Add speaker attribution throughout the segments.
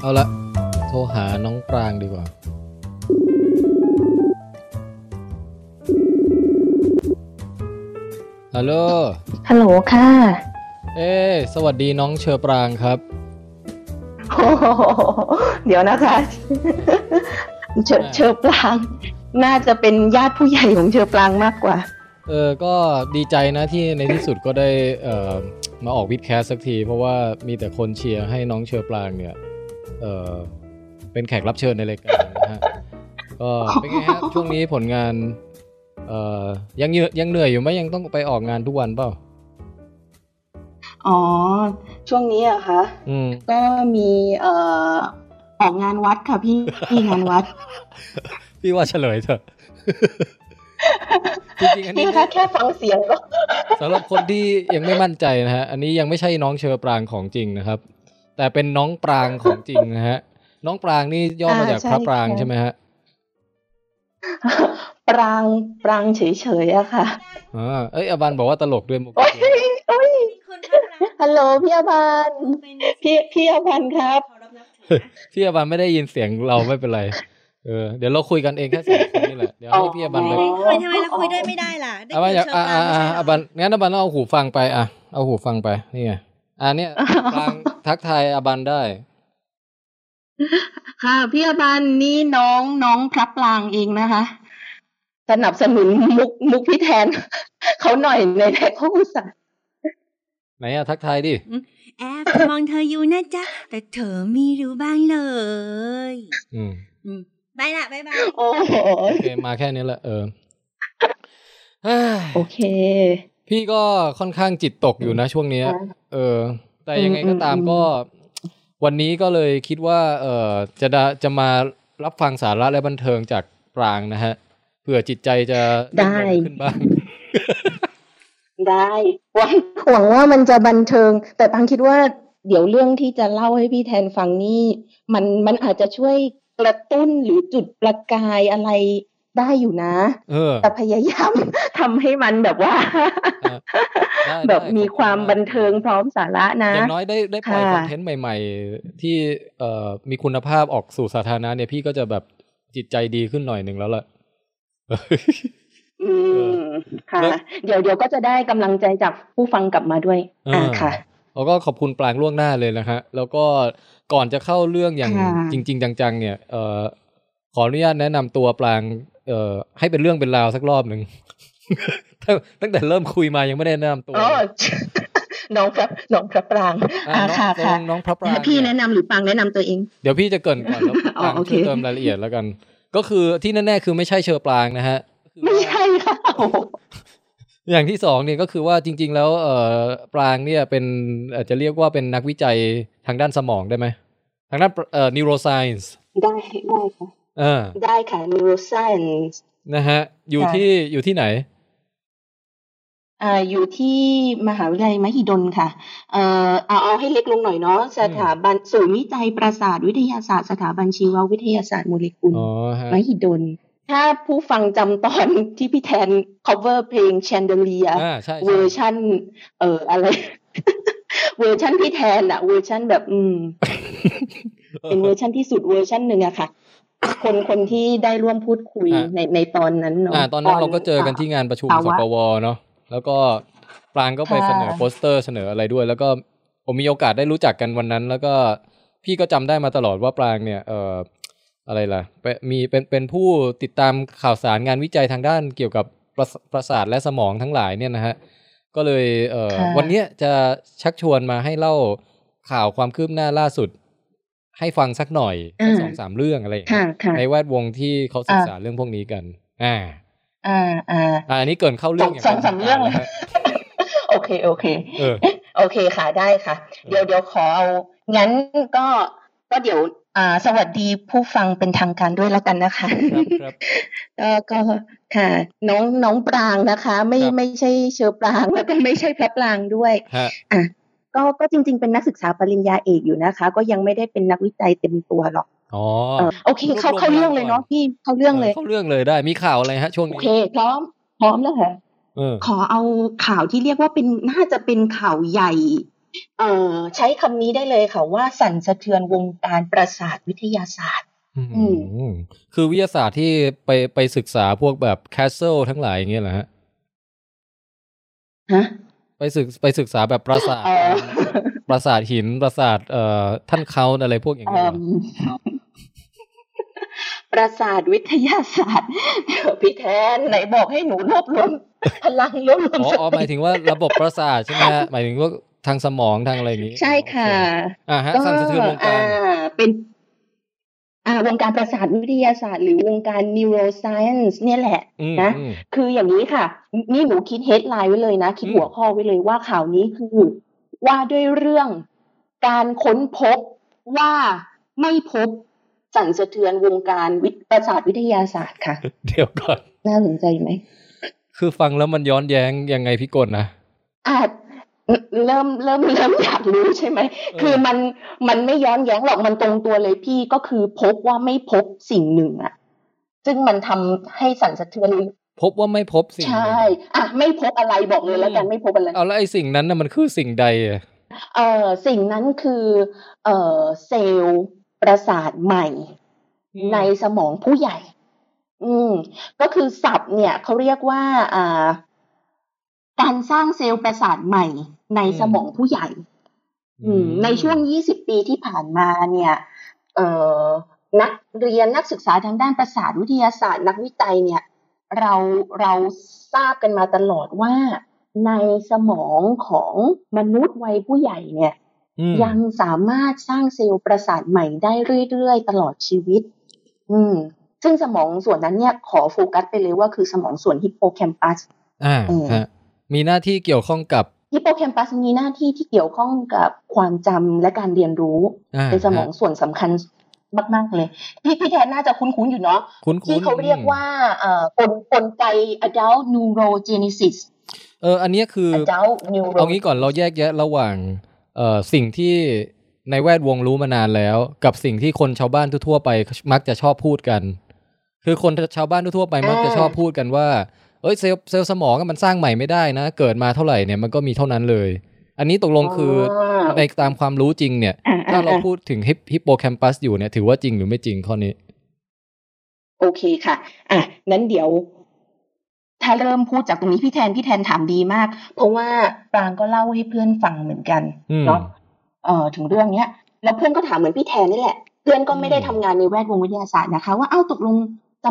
Speaker 1: เอาละโทรหาน้องปรางดีกว่า ฮัลโหล
Speaker 2: ฮัลโหลค่ะ
Speaker 1: เอ้ยสวัสดีน้องเชอปรางครับ
Speaker 2: โอ้โหเดี๋ยวนะคะเชอเชอปลาง น่าจะเป็นญาติผู้ใหญ่ของเชอปลางมากกว่า
Speaker 1: เออ ก็ดีใจนะที่ในที่สุดก็ได้เอ่อมาออกวิดแคสสักที เพราะว่ามีแต่คนเชียร์ให้น้องเชอปรางเนี่ยเออเป็นแขกรับเชิญในรายการนะฮะ ก็เป็นไงฮะช่วงนี้ผลงานเอ่อยังเหนื่อยยังเหนื่อยอยู่ไหมยังต้องไปออกงานทุกวันเปล่า
Speaker 2: อ๋อ ช่วงนี้อะคะ
Speaker 1: อืม
Speaker 2: ก็มีเอ่อออกงานวัดค่ะ พี่พี่งานวัด
Speaker 1: พี่ว่าเฉลยเถอะ จริงๆอันนี้
Speaker 2: พี่คะแค่ฟังเสียงก็
Speaker 1: สำหรับคนที่ยังไม่มั่นใจนะฮะ อันนี้ยังไม่ใช่น้องเชอปรางของจริงนะครับ แต่เป็นน้องปรางของจริงนะฮะ น้องปรางนี่ย่อมาจากพระปรางใช่ไหมฮะ
Speaker 2: ปรางปรางเฉยๆอะค่ะ
Speaker 1: อ่าเอ้ยอาบันบอกว่าตลกด้วยมุก
Speaker 2: โอ้ยโอ้ย
Speaker 3: มีคนข้างหลัง
Speaker 2: ฮัลโหลพี่อาบาน
Speaker 3: เป็น
Speaker 2: พี่พี่อภัณฑ์ครับ
Speaker 3: ขอรับนับถือนะ
Speaker 1: พี่อาบันไม่ได้ยินเสียงเราไม่เป็นไรเออเดี๋ยวเราคุยกันเองแค่สองคนนี่แหละเดี๋ยวให้พี่อาบันเลย
Speaker 2: อ๋อ
Speaker 3: ทำไมทำไมเราคุยด้วยไม่ได้ล่ะได้
Speaker 1: อาบันอย่า
Speaker 3: คุย
Speaker 1: อ่า
Speaker 3: เชิ
Speaker 1: อ่างอ่า
Speaker 3: กลงไม่ใช่เหร
Speaker 1: อาบันงั้นอาบันเอาหูฟังไปอ่ะเอาหูฟังไปนี่ไงอ่าเนี่ยปรางทักทายอาบันได้
Speaker 2: ค่ะพี่อาบันนี่น้องน้องพระปรางเองนะคะ สนับสนุนมุกมุกพี่แทน เขาหน่อยใน แท็กเขาอุตส่าห์
Speaker 1: ไหนอะทักทายดิ
Speaker 3: แอบมองเธออยู่นะจ๊ะ แต่เธอไม่รู้บ้างเลย
Speaker 1: อืม
Speaker 3: ไปละบายบาย
Speaker 2: โอ้โห
Speaker 1: โอเคมาแค่นี้แหละเออเฮ้ย
Speaker 2: โอเค
Speaker 1: พี่ก็ค่อนข้างจิตตกอยู่นะช่วงเนี้ย
Speaker 2: อ่า
Speaker 1: เออ แต่ยังไงก็ตาม
Speaker 2: อืมอืม
Speaker 1: ก็ วันนี้ก็เลยคิดว่า เออจะได้จะมารับฟังสาระและบันเทิงจากปรางนะฮะเผื่อจิตใจจะเย็นๆขึ้นบ้าง
Speaker 2: ได้หวังหวังว่ามันจะบันเทิง แต่บางคิดว่าเดี๋ยวเรื่องที่จะเล่าให้พี่แทนฟังนี่มันมันอาจจะช่วยกระตุ้นหรือจุดประกายอะไรได้อยู่นะ
Speaker 1: เออ
Speaker 2: แต่พยายามทำให้มันแบบว่า
Speaker 1: ได้ได้
Speaker 2: แบบ
Speaker 1: ขอ
Speaker 2: มี
Speaker 1: ณ
Speaker 2: ความบันเทิงพร้อมสาระนะ
Speaker 1: อย่างน้อยได้ได้ปล่อย
Speaker 2: ค่ะ
Speaker 1: คอนเทนต์ใหม่ ๆ ที่เอ่อมีคุณภาพออกสู่สาธารณะเนี่ยพี่ก็จะแบบจิตใจดีขึ้นหน่อยหนึ่งแล้วล่ะ
Speaker 2: อืมค่ะ
Speaker 1: แล้ว
Speaker 2: เดี๋ยวเดี๋ยวก็จะได้กำลังใจจากผู้ฟังกลับมาด้วย
Speaker 1: อ่า
Speaker 2: อ่าค่ะ
Speaker 1: เราก็ขอบคุณปรางล่วงหน้าเลยนะฮะ แล้วก็ก่อนจะเข้าเรื่องอย่าง
Speaker 2: ค่ะ
Speaker 1: จริง ๆ จังๆ เนี่ยเอ่อขออนุญาตแนะนำตัวปรางเอ่อให้เป็นเรื่องเป็นราวสักรอบหนึ่ง ตั้งตั้งแต่เริ่มคุยมายังไม่ได้แนะนำตัว
Speaker 2: อ๋อ น้องพระน้องพระปราง
Speaker 1: อ่ะน้
Speaker 2: อ่า
Speaker 1: อง
Speaker 2: ค่ะ
Speaker 1: ตกล
Speaker 2: ค่ะ
Speaker 1: งน้องพระปราง
Speaker 2: พี่
Speaker 1: เนี่ย
Speaker 2: แนะนำหรือปรางแนะนำตัวเอง
Speaker 1: เดี๋ยวพี่จะเกรินก่อนแล้ว
Speaker 2: อ๋
Speaker 1: ป
Speaker 2: อ
Speaker 1: ราง
Speaker 2: โอเค
Speaker 1: ช่วยเติมรายละเอียดแล้วกัน ก็คือที่แน่ๆคือไม่ใช่เชอปรางนะฮะ
Speaker 2: ไม่ใช่ค่ะ โอ้โห
Speaker 1: อย่างที่สองเนี่ยก็คือว่าจริง ๆ แล้วเอ่อปรางเนี่ยเป็นอาจจะเรียกว่าเป็นนักวิจัยทางด้านสมองได้ไหมทางด้านเอ่อ neuroscience
Speaker 2: ได้ได้ค่ะ
Speaker 1: เออ
Speaker 2: ได้ค่ะ neuroscience
Speaker 1: นะฮะ อยู่
Speaker 2: ค่ะ
Speaker 1: ที่อยู่ที่ไหน
Speaker 2: อ่าอยู่ที่มหาวิทยาลัยมหิดลค่ะ เอ่อเอาเอาให้เล็กลงหน่อยเนาะสถาบันศูนย์วิจัยประสาทวิทยาศาสตร์สถาบันชีววิทยาศาสตร์โมเลกุล
Speaker 1: อ๋อฮะ
Speaker 2: มหิดล ถ้าผู้ฟังจำตอนที่พี่แทน cover เพลง chandelier
Speaker 1: อ่าใช่
Speaker 2: เว
Speaker 1: ใช่
Speaker 2: อร์ชันเอ่ออะไร เวอร์ชันพี่แทนอะเวอร์ชันแบบอื ม เป็นเวอร์ชันที่สุดเวอร์ชันหนึ่งอะค่ะ คนคนที่ได้ร่วมพูดคุย
Speaker 1: อ่ะ
Speaker 2: ในในตอนนั้นเนาะ
Speaker 1: อ่า ตอนนั้นเราก็เจอกันที่
Speaker 2: า
Speaker 1: งานประชุม
Speaker 2: ภา
Speaker 1: ส
Speaker 2: วะ
Speaker 1: ปวเนาะแล้วก็ปรางก็ไป
Speaker 2: ค่ะ
Speaker 1: เสนอโปสเตอร์เสนออะไรด้วย แล้วก็ผมมีโอกาสได้รู้จักกันวันนั้น แล้วก็พี่ก็จำได้มาตลอดว่าปรางเนี่ยเอ่ออะไรล่ะเป็นมีเป็นเป็นผู้ติดตามข่าวสารงานวิจัยทางด้านเกี่ยวกับประสประสาทและสมองทั้งหลายเนี่ยนะฮะก็เลยเอ่อ
Speaker 2: ค่ะ
Speaker 1: วันเนี้ยจะชักชวนมาให้เล่าข่าวความคืบหน้าล่าสุด ให้ฟังสักหน่อยสักสองสามเรื่องอะไรอย่างเงี้ย
Speaker 2: ค่ะค่ะ
Speaker 1: ในแวดวงที่เขาศึก
Speaker 2: อ่า
Speaker 1: ษาเรื่องพวกนี้กัน อ่า
Speaker 2: อ่าอ่า
Speaker 1: อ่าอันนี้เกรินเข้าเรื่องอย่าง
Speaker 2: สองสามเรื่องเลย
Speaker 1: นะฮะ
Speaker 2: โอเคโอเค
Speaker 1: เออ
Speaker 2: โอเคค่ะได้ค่ะ เดี๋ยวเดี๋ยวขอเอางั้นก็ก็เดี๋ยวอ่าสวัสดีผู้ฟังเป็นทางการด้วยแล้วกันนะคะ
Speaker 1: ครับครับ
Speaker 2: ก็ก็ค่ะ น้องน้องปรางนะคะ ไม่
Speaker 1: ครับ
Speaker 2: ไม่ใช่เชอปรางแล้วก็ไม่ใช่พระปรางด้วย
Speaker 1: ฮะ
Speaker 2: ก็ก็จริง ๆ เป็นนักศึกษาปริญญาเอกอยู่นะคะ ก็ยังไม่ได้เป็นนักวิจัยเต็มตัวหรอก
Speaker 1: อ๋อ
Speaker 2: เออโอเค
Speaker 1: รวบรวม
Speaker 2: เขาเขาเรื่องเลย
Speaker 1: พลังก่อน
Speaker 2: เนาะพี่เขาเรื่องเลย
Speaker 1: เข้าเรื่องเลยได้ มีข่าวอะไรฮะ ช่วง
Speaker 2: โอ
Speaker 1: นี้
Speaker 2: เค พร้อม พร้อมแล้วค่ะ
Speaker 1: เออ
Speaker 2: ขอเอาข่าวที่เรียกว่าเป็นน่าจะเป็นข่าวใหญ่ เอ่อใช้คำนี้ได้เลยค่ะว่าสั่นสะเทือนวงการประสาทวิทยาศาสตร์
Speaker 1: อืม
Speaker 2: อืม
Speaker 1: คือวิทยาศาสตร์ที่ไปไปศึกษาพวกแบบแคสเซิลทั้งหลายอย่างเงี้ยเหรอฮะ
Speaker 2: ฮะ
Speaker 1: ไปศึกไปศึกษาแบบปราสาท
Speaker 2: เอ่อ
Speaker 1: ปราสาทหินปราสาทเอ่อท่านเขาอะไรพวกอย่างเงี้ยเหรอ
Speaker 2: เอิ่มประสาทวิทยาศาสตร์เดี๋ยวพี่แทนไหนบอกให้หนูรวบรวมพลังรวบรวม
Speaker 1: อ๋อ
Speaker 2: ส
Speaker 1: อ๋อห
Speaker 2: ติ
Speaker 1: มายถึงว่าระบบประสาทใช่ไหมฮะ หมายถึงว่าทางสมองทางอะไรอย่างนี้
Speaker 2: ใช่ค่ะ
Speaker 1: โอเอ่าฮะสั่นสะเทือนวงการ
Speaker 2: อ่เป็น อ่าวงการประสาทวิทยาศาสตร์ หรือวงการ neuroscience เนี่ยแหละ
Speaker 1: อืม
Speaker 2: นะ
Speaker 1: อืม
Speaker 2: คืออย่างนี้ค่ะ นี่หนูคิด headline ไว้เลยนะ คิดหัวข้อไว้เลยว่าข่าวนี้คือ ว่าด้วยเรื่องการค้นพบว่าไม่พบสั่นสะเทือนวงการวิทยประสาทวิทยาศาสตร์ค่ะ
Speaker 1: เดี๋ยวก่อน
Speaker 2: น่าสนใจไหม
Speaker 1: คือฟังแล้วมันย้อนแย้งยังไงพี่กลนะ
Speaker 2: อาจเริ่มเริ่มเริ่มอยากรู้ใช่ไหม
Speaker 1: ออ
Speaker 2: คือมันมันไม่ย้อนแย้งหรอกมันตรงตัวเลยพี่ก็คือพบว่าไม่พบสิ่งหนึ่งอะซึ่งมันทำให้สั่นสะเทือน
Speaker 1: พบว่าไม่พบสิ่งห
Speaker 2: ใช่
Speaker 1: นึ่ง
Speaker 2: อะไม่พบอะไรบอกเลยแล้วกัน
Speaker 1: อืม
Speaker 2: ไม่พบอะไร
Speaker 1: เอาแล้วไอ้สิ่งนั้นน่ะมันคือสิ่งใดอะ
Speaker 2: เออสิ่งนั้นคือเออเซลล์ประสาทใหม่ ในสมองผู้ใหญ่ อืม ก็คือศัพท์เนี่ยเขาเรียกว่าอ่า การสร้างเซลล์ประสาทใหม่ ในสมองผู้ใหญ่ อืมในช่วง 20 ปีที่ผ่านมาเนี่ยเอ่อนักเรียนนักศึกษาทางด้านประสาทวิทยาศาสตร์ นักวิจัยเนี่ย เราเราทราบกันมาตลอดว่า ในสมองของมนุษย์วัยผู้ใหญ่เนี่ย
Speaker 1: อืม
Speaker 2: ยังสามารถสร้างเซลล์ประสาทใหม่ได้เรื่อยๆ ตลอดชีวิต อืม ซึ่งสมองส่วนนั้นเนี่ยขอโฟกัสไปเลยว่าคือสมองส่วนฮิปโปแคมปัส
Speaker 1: อ่า
Speaker 2: เออ
Speaker 1: ฮะมีหน้าที่เกี่ยวข้องกับ
Speaker 2: ฮิปโปแคมปัสมีหน้าที่ที่เกี่ยวข้องกับความจำและการเรียนรู้
Speaker 1: า
Speaker 2: เป็นสมอง
Speaker 1: ฮะ
Speaker 2: ส่วนสำคัญมาก ๆ เลย พี่พี่แทนน่าจะคุ้น ๆ อยู่เนาะ
Speaker 1: คุ้นๆ
Speaker 2: ที่เขาเรียกว่าเอ่อกลกลไก adult neurogenesis
Speaker 1: เอออันเนี้ยคือ
Speaker 2: adult neuro
Speaker 1: เอางี้ก่อนเราแยกแยะระหว่างเอ่อสิ่งที่ในแวดวงรู้มานานแล้ว กับสิ่งที่คนชาวบ้านทั่วๆไปมักจะชอบพูดกัน คือคนชาวบ้านทั่วๆไปมักจะชอบพูดกันว่าเอ้ยเซลล์เซลล์สมองอะมันสร้างใหม่ไม่ได้นะ เกิดมาเท่าไหร่เนี่ยมันก็มีเท่านั้นเลย อันนี้ตกลงคืออในตามความรู้จริงเนี่ย
Speaker 2: อ่อ่
Speaker 1: ถ้าเรา
Speaker 2: อ่
Speaker 1: พูดถึงฮิปฮิปโปแคมปัสอยู่เนี่ยถือว่าจริงหรือไม่จริงข้อนี้
Speaker 2: โอเคค่ะ อ่ะ นั้นเดี๋ยว ถ้าเริ่มพูดจากตรงนี้พี่แทนพี่แทนถามดีมาก เพราะว่าปรางก็เล่าให้เพื่อนฟังเหมือนกัน
Speaker 1: อืม
Speaker 2: เนาะเอ่อถึงเรื่องเนี้ย แล้วเพื่อนก็ถามเหมือนพี่แทนนี่แหละ เพื่อนก็ไม่ได้ทำงานในแวดวงวิทยาศาสตร์นะคะ ว่าเอ้าตกลงส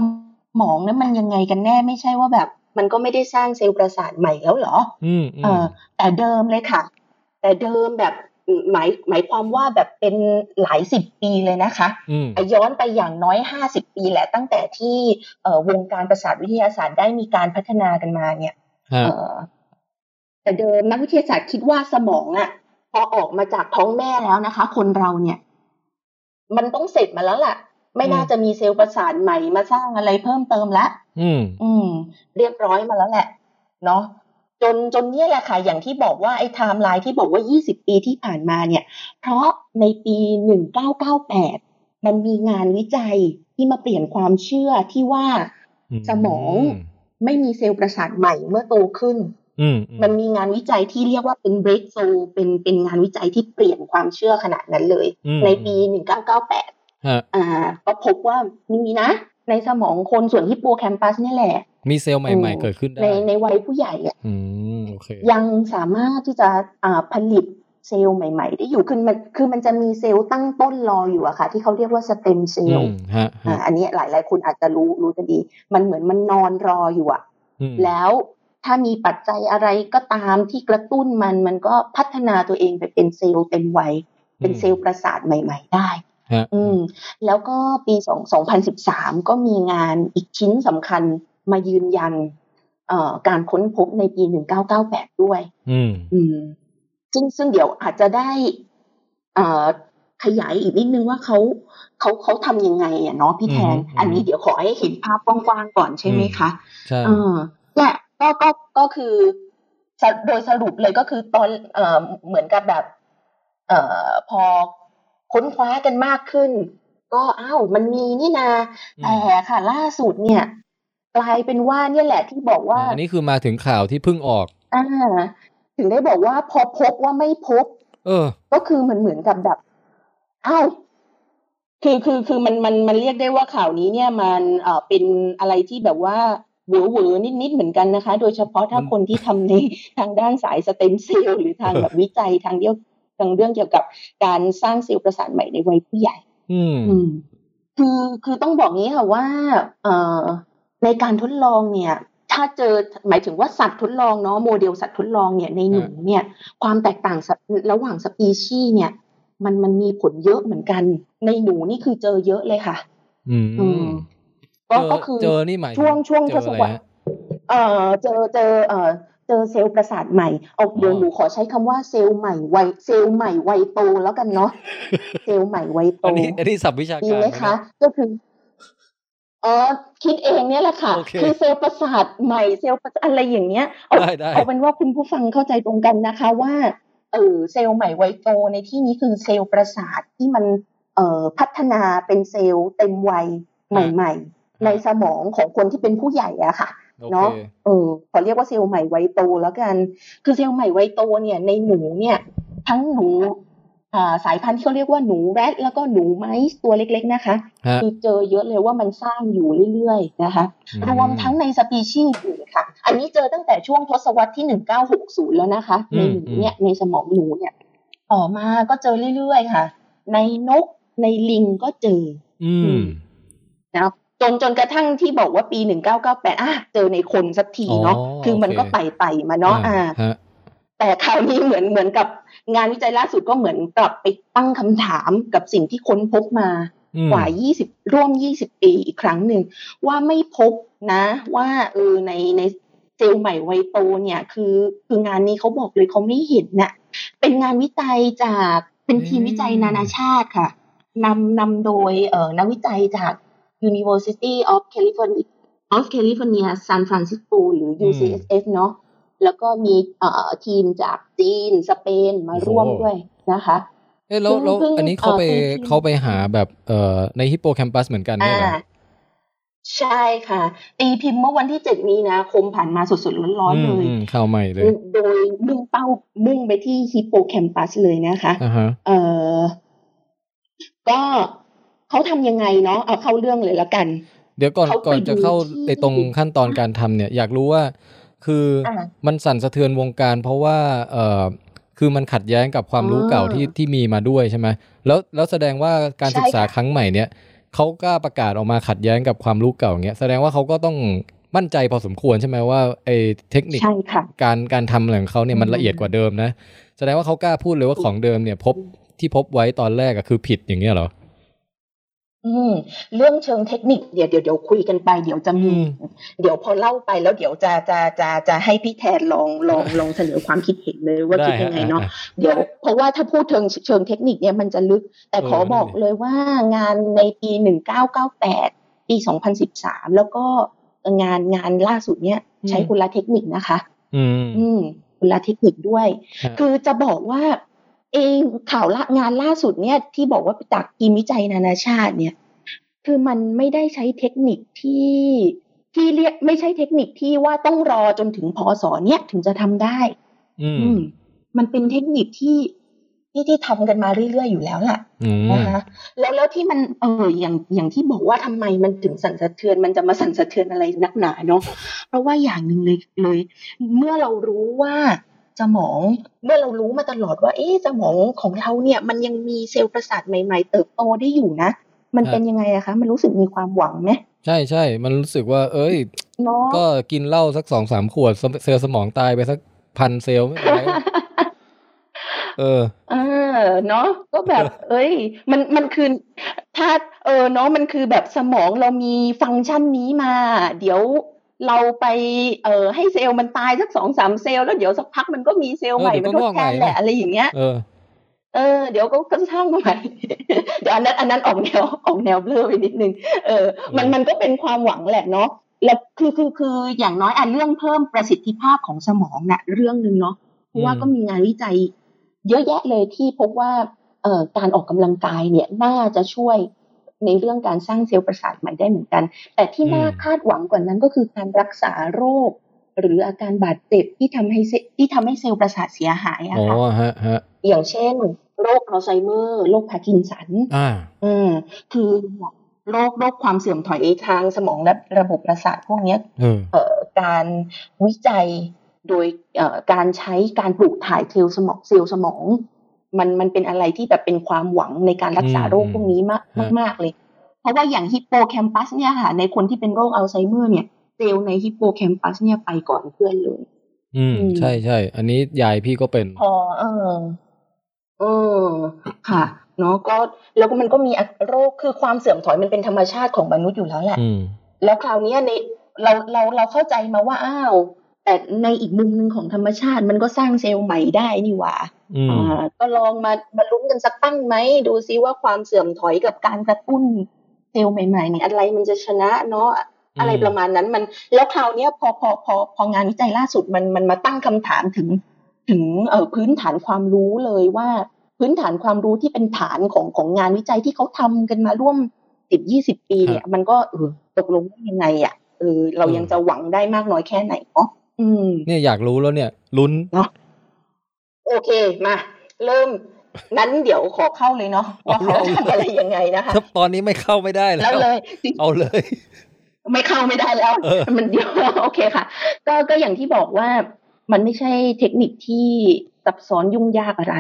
Speaker 2: มองนั้นมันยังไงกันแน่ไม่ใช่ว่าแบบ มันก็ไม่ได้สร้างเซลล์ประสาทใหม่แล้วเหรอ
Speaker 1: อืมอื
Speaker 2: เอ่
Speaker 1: ม
Speaker 2: อแต่เดิมเลยค่ะ แต่เดิมแบบหมายหมายความว่าแบบเป็นหลายสิบปีเลยนะคะ
Speaker 1: อืม
Speaker 2: ย้อนไปอย่างน้อย 50 ปีแหละตั้งแต่ที่เอ่อวงการประสาทวิทยาศาสตร์ได้มีการพัฒนากันมาเนี่ย
Speaker 1: ฮะ
Speaker 2: เอ่อแต่เดิมนักวิทยาศาสตร์คิดว่าสมองอะพอออกมาจากท้องแม่แล้วนะคะ คนเราเนี่ย มันต้องเสร็จมาแล้วล่ะ ไม่น่าจะมีเซลล์ประสาทใหม่มาสร้างอะไรเพิ่มเติมละ
Speaker 1: อืม
Speaker 2: อืม เรียบร้อยมาแล้วแหละ เนาะจนจนเนี่ยแหละค่ะ อย่างที่บอกว่าไอ้ไทม์ไลน์ที่บอกว่า 20 ปีที่ผ่านมาเนี่ย เพราะในปี 1998 มันมีงานวิจัยที่มาเปลี่ยนความเชื่อที่ว่า สมอง ไม่มีเซลล์ประสาทใหม่เมื่อโตขึ้น
Speaker 1: อืม
Speaker 2: มันมีงานวิจัยที่เรียกว่าเป็น breakthrough เป็นเป็นงานวิจัยที่เปลี่ยนความเชื่อขนาดนั้นเลย
Speaker 1: อืม
Speaker 2: ในปี 1998
Speaker 1: ฮะ
Speaker 2: อ่า ก็พบว่ามีนะ ในสมองคนส่วนฮิปโปแคมปัสเนี่ยแหละ
Speaker 1: มีเซลล์ใหม่ ๆ เกิดขึ้น
Speaker 2: ใน
Speaker 1: ได้
Speaker 2: ในวัยผู้ใหญ่อะ
Speaker 1: อืมโอเค
Speaker 2: ยังสามารถที่จะอ่าผลิตเซลล์ใหม่ ๆ ได้อยู่คือมันคือมันจะมีเซลล์ตั้งต้นรออยู่อะค่ะ ที่เขาเรียกว่าสเต็มเซลล์
Speaker 1: อืมฮะฮะ
Speaker 2: อ่าอันนี้หลาย ๆ คนอาจจะรู้รู้กันดี มันเหมือนมันนอนรออยู่อะ
Speaker 1: อืม
Speaker 2: แล้วถ้ามีปัจจัยอะไรก็ตามที่กระตุ้นมันมันก็พัฒนาตัวเองไปเป็นเซลล์เต็มวัย เป็นเซลล์ประสาทใหม่ ๆ ได้
Speaker 1: ฮะ
Speaker 2: อืม แล้วก็ปี2 2013 ก็มีงานอีกชิ้นสำคัญมายืนยันเอ่อการค้นพบในปี 1998 ด้วย
Speaker 1: อืม
Speaker 2: อืมซึ่งซึ่งเดี๋ยวอาจจะได้เอ่อขยายอีกนิดนึงว่าเขาเขาเขาทำยังไงอ่ะเนาะพี่แทน
Speaker 1: อืมอืม
Speaker 2: อันนี้เดี๋ยวขอให้เห็นภาพกว้างๆก่อนใช่ไห
Speaker 1: อื
Speaker 2: ม
Speaker 1: ม
Speaker 2: คะ
Speaker 1: ใช่
Speaker 2: เออเนี่ยก็ก็ก็คือสรุปโดยสรุปเลยก็คือตอนเอ่อเหมือนกับแบบ เอ่อพอค้นคว้ากันมากขึ้น ก็อ้าวมันมีนี่นาแต่ค่ะ ล่าสุดเนี่ย กลายเป็นว่าเนี่ยแหละที่บอกว่า
Speaker 1: อ่าอันนี้คือมาถึงข่าวที่เพิ่งออก
Speaker 2: อ่าถึงได้บอกว่าพอพบว่าไม่พบ
Speaker 1: เออ
Speaker 2: ก็คือมันเหมือนกับแบบอ้าวคือคือคือมันมันมันเรียกได้ว่าข่าวนี้เนี่ยมันเอ่อเป็นอะไรที่แบบว่าเหวอเหวอนิดนิดๆเหมือนกันนะคะ โดยเฉพาะถ้า
Speaker 1: อืม
Speaker 2: คนที่ทำใน ทางด้านสายสเต็มเซลล์หรือทางแบบวิจัยทางเดียวทางเรื่องเกี่ยวกับการสร้างเซลล์ประสาทใหม่ในวัยผู้ใหญ่
Speaker 1: อืม
Speaker 2: อืมคือคือต้องบอกงี้ค่ะว่าเอ่อในการทดลองเนี่ย ถ้าเจอหมายถึงว่าสัตว์ทดลองเนาะโมเดลสัตว์ทดลองเนี่ยในหนูเนี่ย ความแตกต่างสัตว์ระหว่างสปีชีส์เนี่ย มันมันมีผลเยอะเหมือนกัน ในหนูนี่คือเจอเยอะเลยค่ะ
Speaker 1: อืม
Speaker 2: อืม
Speaker 1: เจ
Speaker 2: ก็
Speaker 1: อ
Speaker 2: ก็คือ
Speaker 1: เจอนี่หมายถึ
Speaker 2: ช่วงช่วง
Speaker 1: เจ
Speaker 2: ท
Speaker 1: อ
Speaker 2: ศ
Speaker 1: อะไร
Speaker 2: วรรษ
Speaker 1: ฮะ
Speaker 2: เอ่อเจอเจอเอ่อเจอเซลล์ประสาทใหม่เอาเดี๋ยว
Speaker 1: อ๋อ
Speaker 2: หนูขอใช้คำว่าเซลล์ใหม่วัยเซลล์ใหม่วัยโตแล้วกัน เนาะเซลล์ใหม่วัยโต
Speaker 1: อันนี้อันนี้ศัพท์วิชา
Speaker 2: ดี
Speaker 1: การ
Speaker 2: ไหม
Speaker 1: เนี่ย
Speaker 2: คะ ก็คือเออคิดเองเนี่ยแหละค่ะ
Speaker 1: โอเค
Speaker 2: คือเซลล์ประสาทใหม่เซลล์ประสาทอะไรอย่างเงี้ยเอา
Speaker 1: ได้ได้
Speaker 2: เอาเป็นว่าคุณผู้ฟังเข้าใจตรงกันนะคะ ว่าเออเซลล์ใหม่ไวโตในที่นี้คือเซลล์ประสาทที่มันเอ่อพัฒนาเป็นเซลล์เต็มวัยใหม่ ๆ ในสมองของคนที่เป็นผู้ใหญ่อะค่ะ
Speaker 1: โอ
Speaker 2: เนาะ
Speaker 1: เค
Speaker 2: เออขอเรียกว่าเซลล์ใหม่ไวยโตแล้วกัน คือเซลล์ใหม่ไวยโตเนี่ยในหนูเนี่ย ทั้งหนูอ่าสายพันธุ์ที่เขาเรียกว่าหนูแรดแล้วก็หนูไม้ตัวเล็ก ๆ นะคะ
Speaker 1: ฮะ
Speaker 2: คือเจอเยอะเลยว่ามันสร้างอยู่เรื่อยๆนะคะ รวมทั้งในสปีชีส์อื่นค่ะ อันนี้เจอตั้งแต่ช่วงทศวรรษที่ 1960 แล้วนะคะ
Speaker 1: อื
Speaker 2: ใน
Speaker 1: ม
Speaker 2: หนูเนี่ยในสมองหนูเนี่ย ต่อมาก็เจอเรื่อยๆค่ะ ในนกในลิงก็เจอ
Speaker 1: อืม
Speaker 2: นะจนจนกระทั่งที่บอกว่าปี 1998อ่ะเจอในคนสักทีเนาะ
Speaker 1: อ๋อ
Speaker 2: คือมัน
Speaker 1: โอเค
Speaker 2: ก็ไปไปมาเนาะอ่า
Speaker 1: ฮะ
Speaker 2: แต่คราวนี้เหมือนเหมือนกับงานวิจัยล่าสุดก็เหมือนกลับไปตั้งคำถามกับสิ่งที่ค้นพบมา
Speaker 1: อืม
Speaker 2: กว่า 20 ร่วม 20 ปีอีกครั้งหนึ่ง ว่าไม่พบนะ ว่าเออในในเซลล์ใหม่ไวยโตเนี่ยคือคืองานนี้เขาบอกเลยเขาไม่เห็นน่ะเป็นงานวิจัยจากเป็นทีมวิจัยนานาชาติค่ะนำนำโดยเอ่อนักวิจัยจาก University of California of California San Francisco หรือ
Speaker 1: อืม
Speaker 2: UCSF เนาะแล้วก็มีเอ่อทีมจากจีน สเปนมาร่วม
Speaker 1: โอ้โห
Speaker 2: ด้วยนะคะ
Speaker 1: เอ๊ะแล้วแล้ว
Speaker 2: เพิ่ง
Speaker 1: อันนี้เขาไป
Speaker 2: เอ่อเป็นทีม
Speaker 1: เขาไปหาแบบเอ่อในฮิปโปแคมปัสเหมือนกันเนี่ยเหรอ
Speaker 2: อ่าใช่ค่ะ ตีพิมพ์เมื่อวันที่ 7 มีนาคมผ่านมาสดๆร้อนๆเลย
Speaker 1: มมข่าวใหม่เลย
Speaker 2: โดยมุ่งเป้ามุ่งไปที่ฮิปโปแคมปัสเลยนะคะ
Speaker 1: อ่าฮะ
Speaker 2: เออก็เขาทำยังไงเนาะเอาเข้าเรื่องเลยละกัน
Speaker 1: เดี๋ยวก่อน
Speaker 2: เขาไป
Speaker 1: ก่อนจะเข้า
Speaker 2: ดูที่
Speaker 1: ในตรงขั้นตอนการทำเนี่ย อยากรู้ว่า คืออามันสั่นสะเทือนวงการ เพราะว่าเออคือมันขัดแย้งกับความรู้เก่า
Speaker 2: อ่า
Speaker 1: ที่ที่มีมาด้วยใช่ไหมแล้วแล้วแสดงว่าการ
Speaker 2: ใช่
Speaker 1: ศึกษา
Speaker 2: ค่ะ
Speaker 1: ครั้งใหม่เนี่ยเขากล้าประกาศออกมาขัดแย้งกับความรู้เก่าเงี้ยแสดงว่าเขาก็ต้องมั่นใจพอสมควรใช่ไหมว่าไอ้เทคนิค
Speaker 2: ใช่ค่ะ
Speaker 1: การการทำอะไรของเขาเนี่ยมัน
Speaker 2: อืม
Speaker 1: ละเอียดกว่าเดิมนะ แสดงว่าเขากล้าพูดเลยว่าของเดิมเนี่ยพบที่พบไว้ตอนแรกอะคือผิดอย่างเงี้ยเหรอ
Speaker 2: อืม เรื่องเชิงเทคนิคเดี๋ยวเดี๋ยวเดี๋ยวคุยกันไปเดี๋ยวจะมี
Speaker 1: อืม
Speaker 2: เดี๋ยวพอเล่าไปแล้วเดี๋ยวจะจะจะจะให้พี่แทนลองลองลองเสนอความคิดเห็นเลยว่าคิด
Speaker 1: ฮ
Speaker 2: ยังไงเนาะ
Speaker 1: อ่
Speaker 2: เดี๋ยวเพราะว่าถ้าพูดเชิงเชิงเทคนิคเนี่ยมันจะลึก แต่ขอ
Speaker 1: เออนั่นดิ
Speaker 2: บอกเลยว่างานในปี 1998 ปี 2013 แล้วก็งานงานล่าสุดเนี่ย
Speaker 1: อืม
Speaker 2: ใช้คุณละเทคนิคนะคะ
Speaker 1: อืม
Speaker 2: อืมคุณละเทคนิคด้วย
Speaker 1: ฮะ
Speaker 2: คือจะบอกว่า เองข่าวละงานล่าสุดเนี่ยที่บอกว่าจากทีมวิจัยนานาชาติเนี่ย คือมันไม่ได้ใช้เทคนิคที่ที่เรียกไม่ใช่เทคนิคที่ว่าต้องรอจนถึงพอสอเนี่ยถึงจะทำได้
Speaker 1: อืม
Speaker 2: อืมมันเป็นเทคนิคที่ที่ที่ทำกันมาเรื่อยๆอยู่แล้วล่ะ
Speaker 1: อืม
Speaker 2: นะคะแล้วแล้วที่มันเอออย่างอย่างที่บอกว่าทำไมมันถึงสั่นสะเทือน มันจะมาสั่นสะเทือนอะไรนักหนาเนาะเพราะว่าอย่างหนึ่งเลยเลย เมื่อเรารู้ว่าสมองเมื่อเรารู้มาตลอดว่า เอ๊ะสมองของเราเนี่ย มันยังมีเซลล์ประสาทใหม่ ๆ เติบโตได้อยู่นะ มันเป็นยังไงอะคะมันรู้สึกมีความหวังไหม
Speaker 1: ใช่ใช่ มันรู้สึกว่า เอ้ย
Speaker 2: เนาะ
Speaker 1: ก็กินเหล้าสักสองสามขวดสมเซลล์สมองตายไปสักพันเซลล์ไม่เป็นไรหรอกเออ
Speaker 2: เออเนาะก็ แบบ เอ้ย มันมันคือถ้าเออเนาะมันคือแบบสมองเรามีฟังก์ชันนี้มา เดี๋ยวเราไปเออให้เซลล์มันตายสักสองสามเซลล์แล้วเดี๋ยวสักพักมันก็มีเซลล์
Speaker 1: เออ
Speaker 2: ใหม่
Speaker 1: เดี๋
Speaker 2: มั
Speaker 1: ย
Speaker 2: น
Speaker 1: วก็
Speaker 2: ท
Speaker 1: ง
Speaker 2: ด
Speaker 1: อก
Speaker 2: แท
Speaker 1: ใหม่
Speaker 2: นแหละ
Speaker 1: นะ
Speaker 2: อะไรอย่างเงี้ย
Speaker 1: เออ
Speaker 2: เออเดี๋ยวก็ก็สร้างมาใหม่ เดี๋ยวอันนั้นอันนั้นออกแนวออกแนวเบลอไปนิดนึงเออ มันมันก็เป็นความหวังแหละเนาะแล้วคือคือคืออย่างน้อยอ่ะเรื่องเพิ่มประสิทธิภาพของสมองน่ะเรื่องหนึ่งเนาะ เพราะว่า
Speaker 1: อืม
Speaker 2: ก็มีงานวิจัย เยอะแยะเลยที่พบว่าเอ่อการออกกำลังกายเนี่ยน่าจะช่วยในเรื่องการสร้างเซลล์ประสาทใหม่ได้เหมือนกัน แต่ที่น่า
Speaker 1: อืม
Speaker 2: คาดหวังกว่านั้นก็คือการรักษาโรค หรืออาการบาดเจ็บที่ทำให้เซที่ทำให้เซลล์ประสาทเสียหายอะ
Speaker 1: อ๋อ
Speaker 2: ค่ะ
Speaker 1: ฮะฮะ
Speaker 2: อย่างเช่น โรคอัลไซเมอร์ โรคพาร์กินสัน
Speaker 1: อ่า
Speaker 2: อืมคือโรคโรคความเสื่อมถอยทางสมองและระบบประสาทพวกเนี้ย
Speaker 1: เออ
Speaker 2: เอ่อการวิจัยโดยเอ่อการใช้การปลูกถ่ายเซลล์สมองเซลล์สมอง มันมันเป็นอะไรที่แบบเป็นความหวังในการรักษา
Speaker 1: อืม
Speaker 2: โรคพวกนี้มาก
Speaker 1: ฮะ
Speaker 2: มากๆเลย เพราะว่าอย่างฮิปโปแคมปัสเนี่ยค่ะในคนที่เป็นโรคอัลไซเมอร์เนี่ยเซลล์ในฮิปโปแคมปัสเนี่ยไปก่อนเพื่อนเลย
Speaker 1: อืม
Speaker 2: อืม
Speaker 1: ใช่ใช่อันนี้ยายพี่ก็เป็น
Speaker 2: พอเออเออ ค่ะ เนาะก็แล้วก็มันก็มีโรคคือความเสื่อมถอยมันเป็นธรรมชาติของมนุษย์อยู่แล้วแหละ
Speaker 1: อืม
Speaker 2: แล้วคราวเนี้ยในเราเราเราเข้าใจมาว่าอ้าว แต่ในอีกมุมหนึ่งของธรรมชาติมันก็สร้างเซลล์ใหม่ได้นี่หว่า
Speaker 1: อืม
Speaker 2: อ่า ก็ลองมามาลุ้นกันสักตั้งไหม ดูซิว่าความเสื่อมถอยกับการกระตุ้นเซลล์ใหม่ๆเนี่ยอะไรมันจะชนะเนาะอะไรประมาณนั้นมัน แล้วคราวเนี้ยพอพอพอพองานวิจัยล่าสุดมันมันมาตั้งคำถามถึง ถึงเอ่อพื้นฐานความรู้เลยว่า พื้นฐานความรู้ที่เป็นฐานของของงานวิจัยที่เขาทำกันมาร่วมสิบยี่สิบปี เนี่ย มันก็เออตกลงว่ายังไงอ่ะเออเรายังจะหวังได้มากน้อยแค่ไหนเนาะอืม
Speaker 1: เนี่ยอยากรู้แล้วเนี่ยลุ้น
Speaker 2: โอเคมา เริ่มนั้นเดี๋ยวขอเข้าเลยเนาะว่าเขา
Speaker 1: เอาเลย
Speaker 2: ทำอะไรยังไงนะคะ
Speaker 1: ถ้าตอนนี้ไม่เข้าไม่ได้แล้
Speaker 2: แล้ว วเลยจริง
Speaker 1: เอาเลย
Speaker 2: ไม่เข้าไม่ได้แล้ว
Speaker 1: เออ
Speaker 2: มันเดียวโอเคค่ะ ก็ก็อย่างที่บอกว่ามันไม่ใช่เทคนิคที่ซับซ้อนยุ่งยากอะไร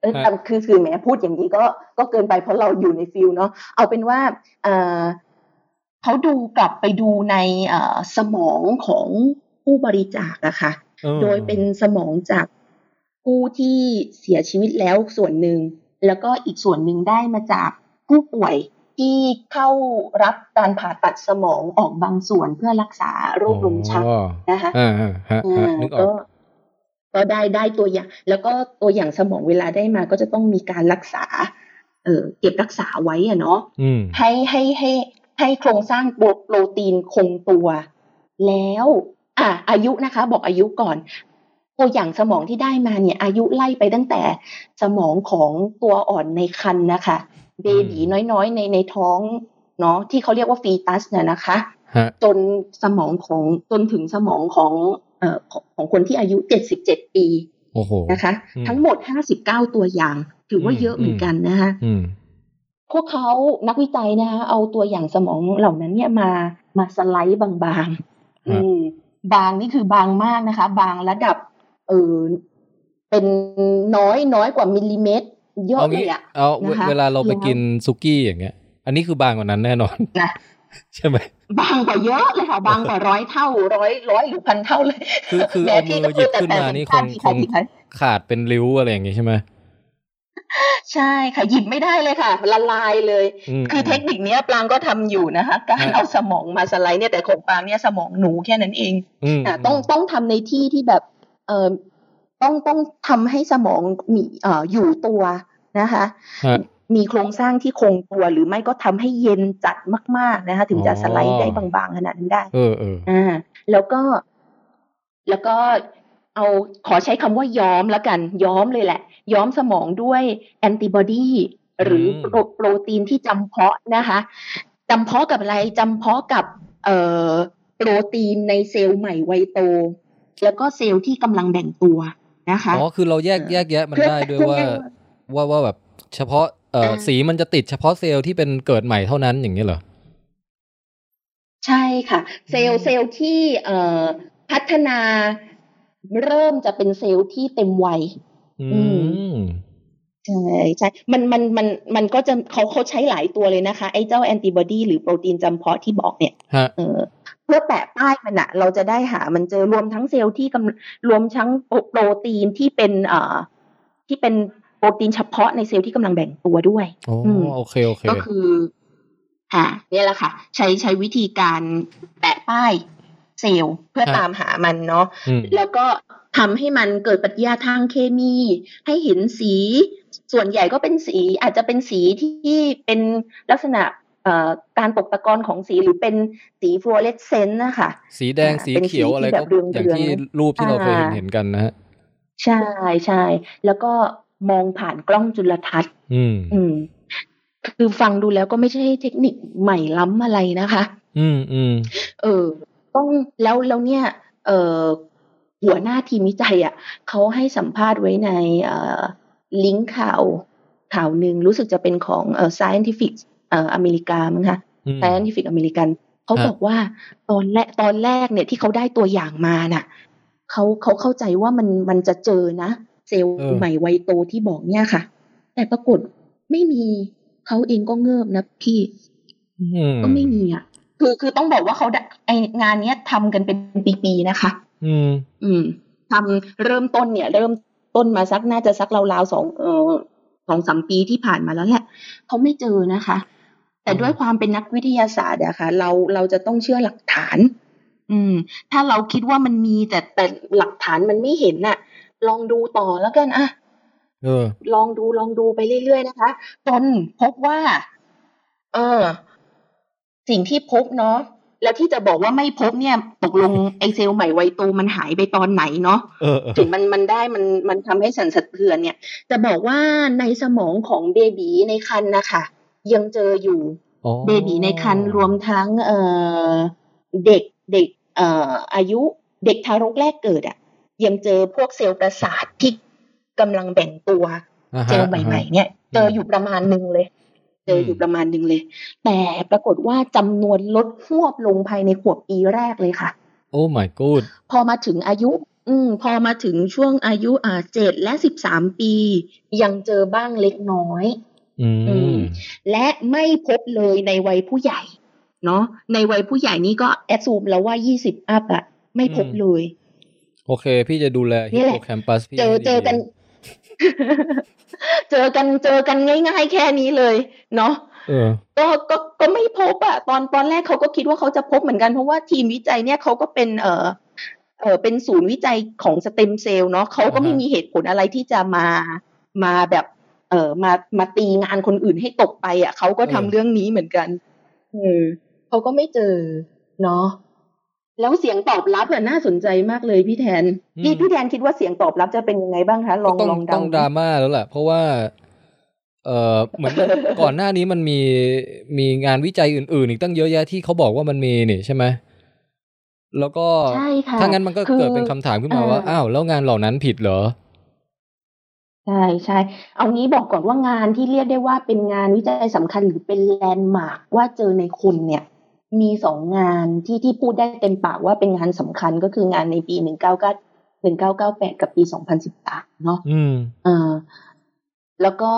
Speaker 2: เออ
Speaker 1: ฮะ
Speaker 2: แต่คือคือแหมพูดอย่างนี้ก็ก็เกินไปเพราะเราอยู่ในฟิลเนาะเอาเป็นว่าเอ่อเขาดูกลับไปดูในเอ่อสมองของผู้บริจาคอะค่ะ
Speaker 1: ออ
Speaker 2: โดยเป็นสมองจากผู้ที่เสียชีวิตแล้วส่วนหนึ่ง แล้วก็อีกส่วนหนึ่งได้มาจากผู้ป่วยที่เข้ารับการผ่าตัดสมองออกบางส่วนเพื่อรักษาโรคลมชัก
Speaker 1: อ๋อ
Speaker 2: นะคะ
Speaker 1: อ่าฮะฮะ
Speaker 2: อ่า
Speaker 1: นึกออ
Speaker 2: ก็
Speaker 1: ก
Speaker 2: ก็ได้ได้ตัวอย่าง แล้วก็ตัวอย่างสมองเวลาได้มาก็จะต้องมีการรักษา เออเก็บรักษาไว้อะเนาะ
Speaker 1: อืม
Speaker 2: ให้ให้ให้ให้โครงสร้างโปรโปรตีนคงตัว แล้ว อ่ะอายุนะคะ บอกอายุก่อน ตัวอย่างสมองที่ได้มาเนี่ย อายุไล่ไปตั้งแต่สมองของตัวอ่อนในครรภ์นะคะเบบี
Speaker 1: อืม
Speaker 2: น้อยๆ ในในท้องเนาะที่เขาเรียกว่าฟีตัสน่ะนะคะ
Speaker 1: ฮะ
Speaker 2: จนสมองของจนถึงสมองของเอ่อของของคนที่อายุ 77 ปี
Speaker 1: โอ้โห
Speaker 2: นะคะ
Speaker 1: อืม
Speaker 2: ทั้งหมด 59 ตัวอย่าง ถือว่า
Speaker 1: อืม
Speaker 2: เยอะเหมือ
Speaker 1: อื
Speaker 2: น
Speaker 1: ม
Speaker 2: กันนะคะ
Speaker 1: อืม
Speaker 2: พวกเขานักวิจัยนะคะเอาตัวอย่างสมองเหล่านั้นเนี่ยมามาสไลด์บางๆ อืม บางนี่คือบางมากนะคะ บางระดับ เออเป็นน้อยน้อยกว่ามิลลิเมตร เยอะ
Speaker 1: เอา
Speaker 2: เล
Speaker 1: งี้
Speaker 2: ยอะ
Speaker 1: เอาเว
Speaker 2: นะคะ
Speaker 1: เวลาเราไป
Speaker 2: แล้ว
Speaker 1: กินซุกี้อย่างเงี้ย อันนี้คือบางกว่านั้นแน่นอน
Speaker 2: นะ
Speaker 1: ใช่ไหม
Speaker 2: บางกว่าเยอะเลยค่ะ บางกว่าร้อยเท่าร้อยร้อยหรือพันเท่าเลย
Speaker 1: คือคือ
Speaker 2: แห
Speaker 1: เอามื
Speaker 2: พี่
Speaker 1: อ
Speaker 2: ก็
Speaker 1: หยิบ
Speaker 2: แต่
Speaker 1: ขึ้น
Speaker 2: แต่
Speaker 1: มานี่ค
Speaker 2: ท่
Speaker 1: ง
Speaker 2: ที่
Speaker 1: คง
Speaker 2: ใคร
Speaker 1: ขาดเป็นริ้วอะไรอย่างงี้ใช่ไหม
Speaker 2: ใช่ค่ะหยิบไม่ได้เลยค่ะ ละลายเลย
Speaker 1: ม
Speaker 2: คือเทคนิคเนี้ยปรางก็ทำอยู่นะคะ การ
Speaker 1: ฮะ
Speaker 2: เอาสมองมาสไลด์เนี่ยแต่ของปรางเนี่ยสมองหนูแค่นั้นเอง
Speaker 1: อืม
Speaker 2: อ่ะต้องต้องทำในที่ที่แบบเอ่อต้องต้องทำให้สมองมีเอ่ออยู่ตัวนะคะ
Speaker 1: ฮะ
Speaker 2: มีโครงสร้างที่คงตัวหรือไม่ก็ทำให้เย็นจัดมาก ๆนะคะ ถึงจะ
Speaker 1: อ๋อ
Speaker 2: สไลด์ได้บางๆขนาดนั้นได้
Speaker 1: เออเออ
Speaker 2: อ่าแล้วก็ แล้วก็เอาขอใช้คำว่าย้อมแล้วกัน ย้อมเลยแหละ ย้อมสมองด้วยแอนติบอดีหรือโปรโปรตีนที่จำเพาะนะคะจำเพาะกับอะไรจำเพาะกับเอ่อโปรตีนในเซลล์ใหม่วัยโต แล้วก็เซลล์ที่กำลังแบ่งตัวนะคะ
Speaker 1: อ๋อคือเราแยกแยกแยะมัน
Speaker 2: เพื่อ
Speaker 1: ได้ด้วย
Speaker 2: เพื่อ
Speaker 1: ว่า
Speaker 2: แยก
Speaker 1: ว่าว่าแบบเฉพาะเอ่ออา สีมันจะติดเฉพาะเซลล์ที่เป็นเกิดใหม่เท่านั้นอย่างนี้เหรอ
Speaker 2: ใช่ค่ะ เซลล์เซลล์ที่เอ่อพัฒนาเริ่มจะเป็นเซลล์ที่เต็มวัย
Speaker 1: อื
Speaker 2: อื
Speaker 1: ม
Speaker 2: ใช่ใช่ มัน มัน มัน มันก็จะเขาเขาใช้หลายตัวเลยนะคะ ไอ้เจ้าแอนติบอดีหรือโปรตีนจำเพาะที่บอกเนี่ย
Speaker 1: ฮะ
Speaker 2: เออ เพื่อแปะป้ายมันอะเราจะได้หามันเจอรวมทั้งเซลล์ที่กำรวมทั้งโปรโปรตีนที่เป็น เอ่อ ที่เป็นโปรตีนเฉพาะในเซลล์ที่กำลังแบ่งตัวด้วย
Speaker 1: โอ้
Speaker 2: อืม
Speaker 1: โอเคโอเค
Speaker 2: ก็คือค่ะเนี่ยแหละค่ะ ใช้ใช้วิธีการแปะป้ายเซลล์เพื่อ
Speaker 1: ฮะ
Speaker 2: ตามหามันเนาะ
Speaker 1: อืม
Speaker 2: แล้วก็ทำให้มันเกิดปฏิกิริยาทางเคมี ให้เห็นสี ส่วนใหญ่ก็เป็นสีอาจจะเป็นสีที่เป็นลักษณะเอ่อการตกตะกอนของสีหรือเป็นสีฟลูอเรสเซนต์นะคะ
Speaker 1: สีแดง
Speaker 2: อ่า
Speaker 1: สี
Speaker 2: เป็น
Speaker 1: เขียว
Speaker 2: สี
Speaker 1: อะไร
Speaker 2: ที่แบ
Speaker 1: ก็
Speaker 2: บเรืองๆ
Speaker 1: อย่างที่รูปที่เราเคยเห็น
Speaker 2: อ่า
Speaker 1: เห็นกันนะฮะ
Speaker 2: ใช่ใช่แล้วก็มองผ่านกล้องจุลทรรศน์
Speaker 1: อืม
Speaker 2: อืม คือฟังดูแล้วก็ไม่ใช่เทคนิคใหม่ล้ำอะไรนะคะ
Speaker 1: อืมอืม
Speaker 2: เออ ต้องแล้วแล้วเนี่ย เอ่อหัวหน้าทีมวิจัยอ่ะเขาให้สัมภาษณ์ไว้ในเอ่อลิงก์ข่าวข่าวหนึ่งรู้สึกจะเป็นของเอ่อ scientific เอ่ออเมริกามั้งคะ
Speaker 1: อืม
Speaker 2: scientific อเมริกันเขา
Speaker 1: ครับ
Speaker 2: บอกว่าตอนแรกตอนแรกเนี่ยที่เขาได้ตัวอย่างมาน่ะเขาเขาเข้าใจว่ามันมันจะเจอนะ เซลล์ใหม่ไวยโตที่บอกเนี่ยค่ะ แต่ปรากฏไม่มีเขาเองก็เงิบนะพี่
Speaker 1: อืม
Speaker 2: ก็ไม่มีอ่ะ คือคือต้องบอกว่าเขาได้ไองานเนี้ยทำกันเป็นปีๆนะคะ
Speaker 1: อืม
Speaker 2: อืมทำเริ่มต้นเนี่ย เริ่มต้นมาสักน่าจะสักราวๆสองเออสองสามปีที่ผ่านมาแล้วแหละเขาไม่เจอนะคะ แต่ด้วยความเป็นนักวิทยาศาสตร์อะค่ะ เราเราจะต้องเชื่อหลักฐาน อืม ถ้าเราคิดว่ามันมีแต่แต่หลักฐานมันไม่เห็นน่ะ ลองดูต่อแล้วกันอะ
Speaker 1: เออ
Speaker 2: ลองดูลองดูไปเรื่อยๆนะคะ จนพบว่า เออ สิ่งที่พบเนาะแล้วที่จะบอกว่าไม่พบเนี่ย ตกลงไอเซลล์ใหม่ไวโตมันหายไปตอนไหนเนาะ
Speaker 1: เออเออ
Speaker 2: ถึงมันมันได้มันมันทำให้สันสะเทือนเนี่ย จะบอกว่าในสมองของเบบีในครรภ์นะคะ ยังเจออยู่
Speaker 1: อ๋อ
Speaker 2: เบบีในครรภ์รวมทั้ง เอ่อเด็กเด็ก เอ่อ อายุเด็กทารกแรกเกิดอะยังเจอพวกเซลล์ประสาทที่กำลังแบ่งตัว
Speaker 1: อ่าฮะ
Speaker 2: เจลใหม่ๆเนี่ยเจออยู่ประมาณหนึ่งเลย เจออยู่ประมาณหนึ่งเลย แต่ปรากฏว่าจำนวนลดหวบลงภายในขวบปีแรกเลยค่ะ
Speaker 1: โอ้ my god
Speaker 2: พอมาถึงอายุ อืมพอมาถึงช่วงอายุอ่าเจ็ดและสิบสามปี ยังเจอบ้างเล็กน้อย
Speaker 1: อื
Speaker 2: อื
Speaker 1: ม
Speaker 2: ม และไม่พบเลยในวัยผู้ใหญ่ เนาะในวัยผู้ใหญ่นี้ก็แอดซูมแล้วว่ายี่สิบอัพอะไม่พบเลย
Speaker 1: โอเค พี่จะดูแล
Speaker 2: นี่
Speaker 1: ฮิปโป
Speaker 2: แหละ
Speaker 1: แคมปัสพี่
Speaker 2: เจอ
Speaker 1: ให้ดี
Speaker 2: เจอกัน เจอกันเจอกันง่ายๆแค่นี้เลย เนาะ
Speaker 1: เออ
Speaker 2: ก็ก็ก็ไม่พบอะตอนตอนแรกเขาก็คิดว่าเขาจะพบเหมือนกันเพราะว่าทีมวิจัยเนี่ยเขาก็เป็นเออเออเป็นศูนย์วิจัยของสเต็มเซลล์เนาะเขาก็ไม่
Speaker 1: อ่าฮะ
Speaker 2: มีเหตุผลอะไรที่จะมามาแบบเออมามาตีงานคนอื่นให้ตกไปอะเขาก็ทำเรื่องนี้เหมือนกันเออเขาก็ไม่เจอเนาะแล้วเสียงตอบรับอะน่าสนใจมากเลยพี่แทนพี่พี่แทนคิดว่าเสียงตอบรับจะเป็นยังไงบ้างคะลอง
Speaker 1: ต้อง
Speaker 2: ลองเดา
Speaker 1: ต้องดราม่าแล้วล่ะ เพราะว่า เออเหมือน ก่อนหน้านี้มันมีมีงานวิจัยอื่นๆ อีกตั้งเยอะแยะที่เขาบอกว่ามันมีนี่ใช่ไหมแล้วก็
Speaker 2: ใช่ค่ะ
Speaker 1: ถ้างั้นมันก็
Speaker 2: อ
Speaker 1: เกิดเป็นคำถามขึ้นมาว่า
Speaker 2: เอออ้
Speaker 1: อ้าวแล้วงานเหล่านั้นผิดเหรอ
Speaker 2: ใช่ใช่เอางี้บอกก่อนว่างานที่เรียกได้ว่าเป็นงานวิจัยสำคัญหรือเป็นแลนด์มาร์กว่าเจอในคุณเนี่ย มีสองงานที่ที่พูดได้เต็มปากว่าเป็นงานสำคัญก็คืองานในปี 1999 1998 กับปี 2013 เนาะ
Speaker 1: อืม
Speaker 2: เออแล้วก็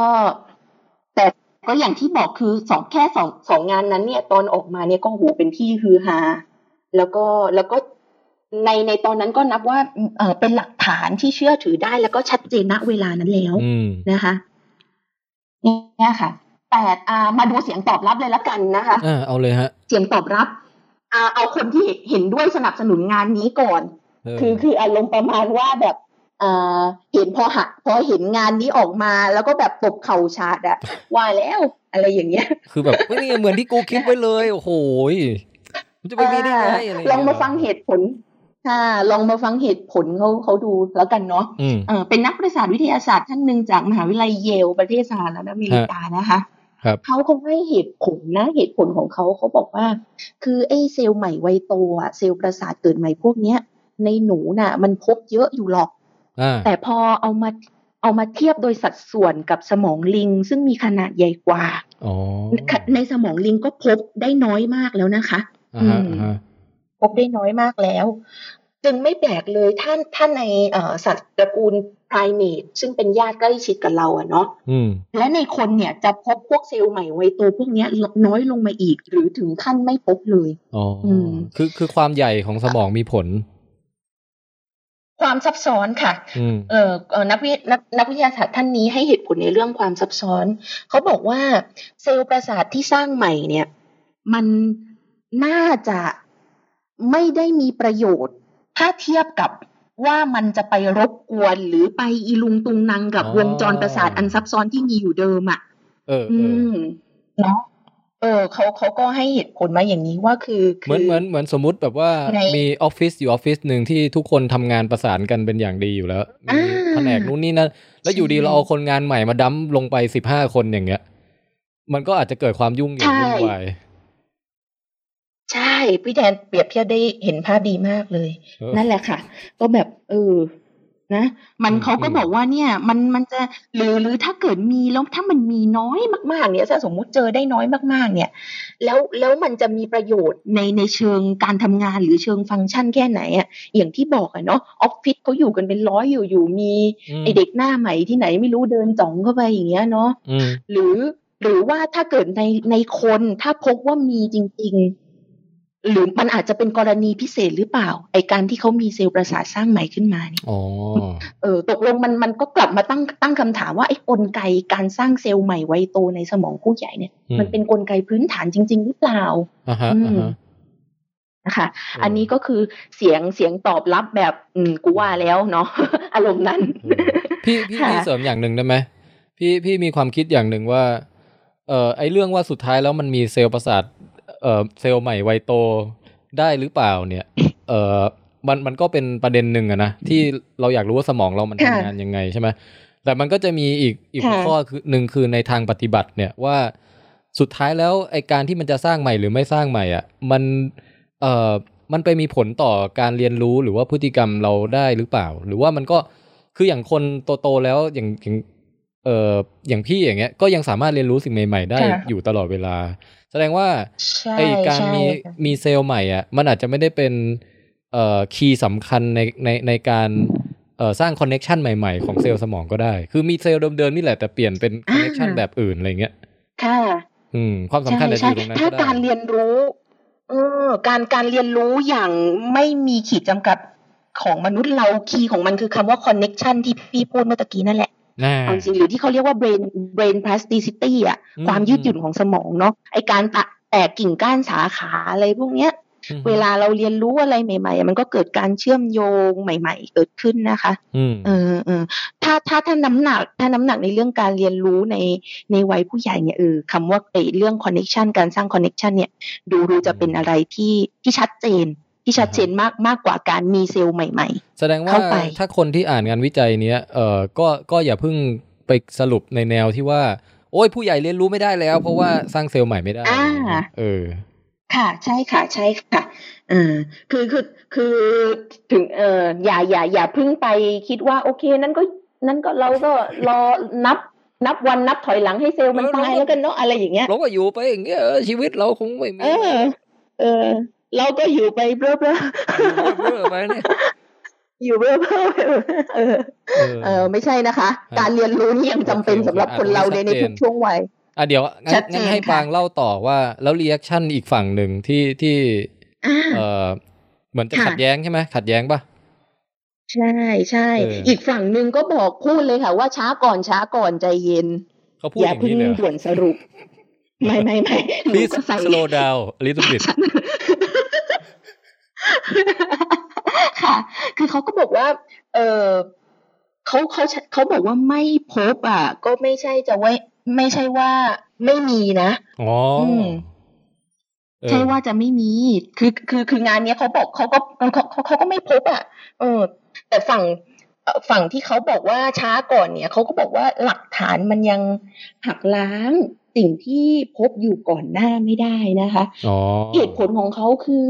Speaker 2: แต่ก็อย่างที่บอกคือสองแค่สองสองงานนั้นเนี่ย ตอนออกมาเนี่ยก็โหเป็นที่ฮือฮาแล้วก็แล้วก็ในในตอนนั้นก็นับว่าเออเป็นหลักฐานที่เชื่อถือได้ แล้วก็ชัดเจนณเวลานั้นแล้ว
Speaker 1: อืม
Speaker 2: นะคะเนี่ยค่ะแต่อ่ามาดูเสียงตอบรับเลยละกันนะคะ
Speaker 1: อ่าเอาเลยฮะ
Speaker 2: เสียงตอบรับอ่าเอาคนที่เห็นด้วยสนับสนุนงานนี้ก่อน
Speaker 1: เออ
Speaker 2: คือคืออารมณ์ประมาณว่าแบบเอ่อเห็นพอหะพอเห็นงานนี้ออกมาแล้วก็แบบตบเข่าชาด อะว่าแล้วอะไรอย่างเงี้ย
Speaker 1: คือ แบบเฮ้ยนี่เหมือนที่กูคิดไว้เลย โอ้โหยมันจะไปมีได้ไงอะไรย่
Speaker 2: ลองมาฟังเหตุผลค่ะลองมาฟังเหตุผลเขาเขาดูแล้วกันเนาะ
Speaker 1: อืม
Speaker 2: เอ่อเป็นนักประสาทวิทยาศาสตร์ท่านหนึ่งจากมหาวิทยาลัยเยลประเทศสหรัฐอเมริกานะคะ
Speaker 1: ครับ
Speaker 2: เขาเขาให้เหตุผลนะเหตุผลของเขาเขาบอกว่า คือไอ้เซลล์ใหม่ไวยโตอะเซลล์ประสาทเกิดใหม่พวกเนี้ย ในหนูน่ะ มันพบเยอะอยู่หรอก
Speaker 1: อ่า
Speaker 2: แต่พอเอามาเอามาเทียบโดยสัดส่วนกับสมองลิง ซึ่งมีขนาดใหญ่กว่า
Speaker 1: อ๋อ
Speaker 2: ในสมองลิงก็พบได้น้อยมากแล้วนะคะ
Speaker 1: อ่าฮะอ่าฮะ
Speaker 2: พบได้น้อยมากแล้ว จึงไม่แปลกเลยท่านท่านในเอ่อสัตว์ตระกูลไพรเมตซึ่งเป็นญาติใกล้ชิดกับเราอะเนาะ
Speaker 1: อืม
Speaker 2: และในคนเนี่ยจะพบพวกเซลล์ใหม่ไวโตพวกเนี้ยลดน้อยลงมาอีก หรือถึงขั้นไม่พบเลย
Speaker 1: อ๋ออ
Speaker 2: ม
Speaker 1: คือคือความใหญ่ของสมองมีผล
Speaker 2: ความซับซ้อนค่ะ
Speaker 1: อืม
Speaker 2: เออเอ่อนักวินักนักวิทยาศาสตร์ท่านนี้ให้เหตุผลในเรื่องความซับซ้อน เขาบอกว่าเซลล์ประสาทที่สร้างใหม่เนี่ย มันน่าจะไม่ได้มีประโยชน์ ถ้าเทียบกับว่ามันจะไปรบกวนหรือไปอีลุงตุงนังกับ
Speaker 1: อ๋อ
Speaker 2: วงจรประสาทอันซับซ้อนที่มีอยู่เดิมอ่ะ
Speaker 1: เออ
Speaker 2: อื
Speaker 1: เออ
Speaker 2: มเนาะเออเขาเขาก็ให้เหตุผลมาอย่างนี้ว่าคือ
Speaker 1: เหมือน
Speaker 2: คื
Speaker 1: เหมือนเหมือนสมมุติแบบว่า
Speaker 2: ใน
Speaker 1: มีออฟฟิศอยู่ออฟฟิศหนึ่งที่ทุกคนทำงานประสานกันเป็นอย่างดีอยู่แล้ว มี
Speaker 2: อ่า
Speaker 1: แผนกนู้นนี่นั่นแล้วอยู่ดี
Speaker 2: ใช่
Speaker 1: เราเอาคนงานใหม่มาดั้มลงไปสิบห้าคนอย่างเงี้ย มันก็อาจจะเกิดความยุ่งเหยิงวุ่นวาย
Speaker 2: ใช่ พี่แทนเปรียบเทียบได้เห็นภาพดีมากเลย
Speaker 1: เออ
Speaker 2: นั่นแหละค่ะ ก็แบบเออนะ มัน
Speaker 1: อืม
Speaker 2: เขาก็
Speaker 1: อืม
Speaker 2: บอกว่าเนี่ย มันมันจะหรือหรือถ้าเกิดมีแล้วถ้ามันมีน้อยมากๆ เนี่ยถ้าสมมุติเจอได้น้อยมากๆ เนี่ย แล้วแล้วมันจะมีประโยชน์ในในเชิงการทำงานหรือเชิงฟังก์ชันแค่ไหนอะอย่างที่บอกอะเนาะออฟฟิศเขาอยู่กันเป็นร้อยอยู่อยู่มี
Speaker 1: อืม
Speaker 2: ไอเด็กหน้าใหม่ที่ไหนไม่รู้เดินจ่องเข้าไปอย่างเงี้ยเนาะ
Speaker 1: อืม
Speaker 2: หรือหรือว่าถ้าเกิดในในคนถ้าพบว่ามีจริง ๆ หรือมันอาจจะเป็นกรณีพิเศษหรือเปล่า ไอการที่เขามีเซลล์ประสาทสร้างใหม่ขึ้นมาเนี่ย
Speaker 1: อ๋อ
Speaker 2: เออตกลงมันมันก็กลับมาตั้งตั้งคำถามว่าไอกลไกการสร้างเซลล์ใหม่ไวยโตในสมองผู้ใหญ่เนี่ย
Speaker 1: อืม
Speaker 2: มันเป็นกลไกพื้นฐานจริง ๆ หรือเปล่า
Speaker 1: อ่าฮะอ่าฮะ
Speaker 2: นะคะ อันนี้ก็คือเสียงเสียงตอบรับแบบ อืมกูว่าแล้วเนาะ อารมณ์นั้น
Speaker 1: เออพี่พี่
Speaker 2: ค่ะ
Speaker 1: พี่เสริมอย่างหนึ่งได้ไหมพี่พี่มีความคิดอย่างหนึ่งว่า เอ่อไอเรื่องว่าสุดท้ายแล้วมันมีเซลล์ประสาทเอ่อเซลล์ใหม่ไวยโตได้หรือเปล่าเนี่ย เอ่อมันมันก็เป็นประเด็นหนึ่งอะนะที่เราอยากรู้ว่าสมองเรามัน
Speaker 2: ค่ะ
Speaker 1: ทำงานยังไงใช่ไหมแต่มันก็จะมีอีกอีกหัว
Speaker 2: ค่ะ
Speaker 1: ข้อคือหนึ่งคือในทางปฏิบัติเนี่ยว่าสุดท้ายแล้วไอการที่มันจะสร้างใหม่หรือไม่สร้างใหม่อ่ะมัน เอ่อมันไปมีผลต่อการเรียนรู้หรือว่าพฤติกรรมเราได้หรือเปล่า หรือว่ามันก็คืออย่างคนโตๆแล้วอย่างอย่างเอ่ออย่างพี่อย่างเงี้ยก็ยังสามารถเรียนรู้สิ่งใหม่ๆได้
Speaker 2: ค่ะ
Speaker 1: อยู่ตลอดเวลา แสดงว่า
Speaker 2: ใช่
Speaker 1: ไอการ
Speaker 2: ใช่
Speaker 1: มี
Speaker 2: ค่ะ
Speaker 1: มีเซลล์ใหม่อ่ะมันอาจจะไม่ได้เป็นเอ่อคีย์สำคัญในในในการเอ่อสร้างคอนเน็ชันใหม่ๆของเซลล์สมองก็ได้ คือมีเซลล์เดิมๆนี่แหละแต่เปลี่ยนเป็นคอนเน็ชัน
Speaker 2: อ่า
Speaker 1: แบบอื่นอะไรเงี้ย
Speaker 2: ค่ะ
Speaker 1: อืมความสำคัญอาจจะอยู่ตรงนั้น
Speaker 2: ถ้า
Speaker 1: ก็ได้
Speaker 2: การเรียนรู้ เออ การการเรียนรู้อย่างไม่มีขีดจำกัดของมนุษย์เราคีย์ของมันคือคำว่า connection ที่พี่พูดเมื่อตะกี้นั่นแหละ
Speaker 1: น่า
Speaker 2: เอาจริงหรือที่เขาเรียกว่า brain brain plasticity อะ
Speaker 1: อืม
Speaker 2: ความยืดหยุ่นของสมองเนาะไอการตะแตกกิ่งก้านสาขาอะไรพวกเนี้ย
Speaker 1: อืม
Speaker 2: เวลาเราเรียนรู้อะไรใหม่ๆอะมันก็เกิดการเชื่อมโยงใหม่ ๆ เกิดขึ้นนะคะ
Speaker 1: อืม
Speaker 2: เออเออถ้าถ้าถ้าน้ำหนัก ถ้าน้ำหนักในเรื่องการเรียนรู้ในในวัยผู้ใหญ่เนี่ยเออคำว่าไอ้เรื่องคอนเน็ชันการสร้างคอนเน็ชันเนี่ย ดูดูจะเป็นอะไรที่ที่ชัดเจน ที่ชัดเจนมากมากกว่าการมีเซลล์ใหม่
Speaker 1: แสดงว่า
Speaker 2: เข้าไป
Speaker 1: ถ้าคนที่อ่านงานวิจัยเนี้ย เออก็ก็อย่าเพิ่งไปสรุปในแนวที่ว่า โอ้ยผู้ใหญ่เรียนรู้ไม่ได้แล้ว เพราะว่าสร้างเซลล์ใหม่ไม่ได้
Speaker 2: อ่า
Speaker 1: เออ
Speaker 2: ๆ ค่ะ ใช่ค่ะ ใช่ค่ะเออคือคือคือถึงเอออย่าอย่าอย่าเพึ่งไปคิดว่าโอเค นั้นก็นั้นก็เราก็รอนับนับวันนับถอยหลังให้เซลล์มันตายแล้วกันเนาะอะไรอย่างเงี้ย
Speaker 1: เราก็อยู่ไปอย่างเงี้ยเออชีวิตเราคงไม่มี
Speaker 2: เออ เออ เราก็อยู่ไปเบ้อเบ้อ
Speaker 1: อยู่เรื่อยๆไปเนี่ย
Speaker 2: ๆอยู่เบ้ อเบ้อๆเออ
Speaker 1: เออ
Speaker 2: เออ ไม่ใช่นะคะ
Speaker 1: ฮะ
Speaker 2: การเรียนรู้นี่ยังจำเป็นสำหรับคนเราในใน
Speaker 1: ชัดเจน
Speaker 2: ทุกช่วงวัย
Speaker 1: อ่ะเดี๋ยวงั้
Speaker 2: ชั
Speaker 1: น
Speaker 2: ดเจน
Speaker 1: งั้นให้
Speaker 2: ค่ะ
Speaker 1: ปางเล่าต่อว่า แล้วรีแอคชั่นอีกฝั่งหนึ่งที่ที่
Speaker 2: อ่า
Speaker 1: เออเหมือนจะ
Speaker 2: ค่ะ
Speaker 1: ขัดแย้งใช่ไหมขัดแย้งปะ
Speaker 2: ใช่ใช่
Speaker 1: เอออี
Speaker 2: อีกฝั่งหนึ่งก็บอกพูดเลยค่ะ ว่าช้าก่อนช้าก่อนใจเย็น
Speaker 1: เขาพูดอย่
Speaker 2: อา
Speaker 1: ย่าง
Speaker 2: เพิ่ง
Speaker 1: นี้เลย
Speaker 2: ด่วนสรุป ไม่ไม่ ไม่หนู
Speaker 1: พี่
Speaker 2: ก็ใส่
Speaker 1: สโลดาวลิทบิด
Speaker 2: ค่ะ คือเขาก็บอกว่า เออเขาเขาเขาบอกว่าไม่พบอ่ะ ก็ไม่ใช่จะไว้ไม่ใช่ว่าไม่มีนะ
Speaker 1: อ๋ออ
Speaker 2: ม
Speaker 1: เออ
Speaker 2: ใช่ว่าจะไม่มี คือ คือ คืองานเนี้ยเขาบอกเขาก็เขาเขาเขาก็ไม่พบอ่ะ เออ แต่ฝั่งเอ่อฝั่งที่เขาบอกว่าช้าก่อนเนี่ยเขาก็บอกว่าหลักฐานมันยังหักล้างสิ่งที่พบอยู่ก่อนหน้าไม่ได้นะคะ
Speaker 1: อ๋อ
Speaker 2: เหตุผลของเขาคือ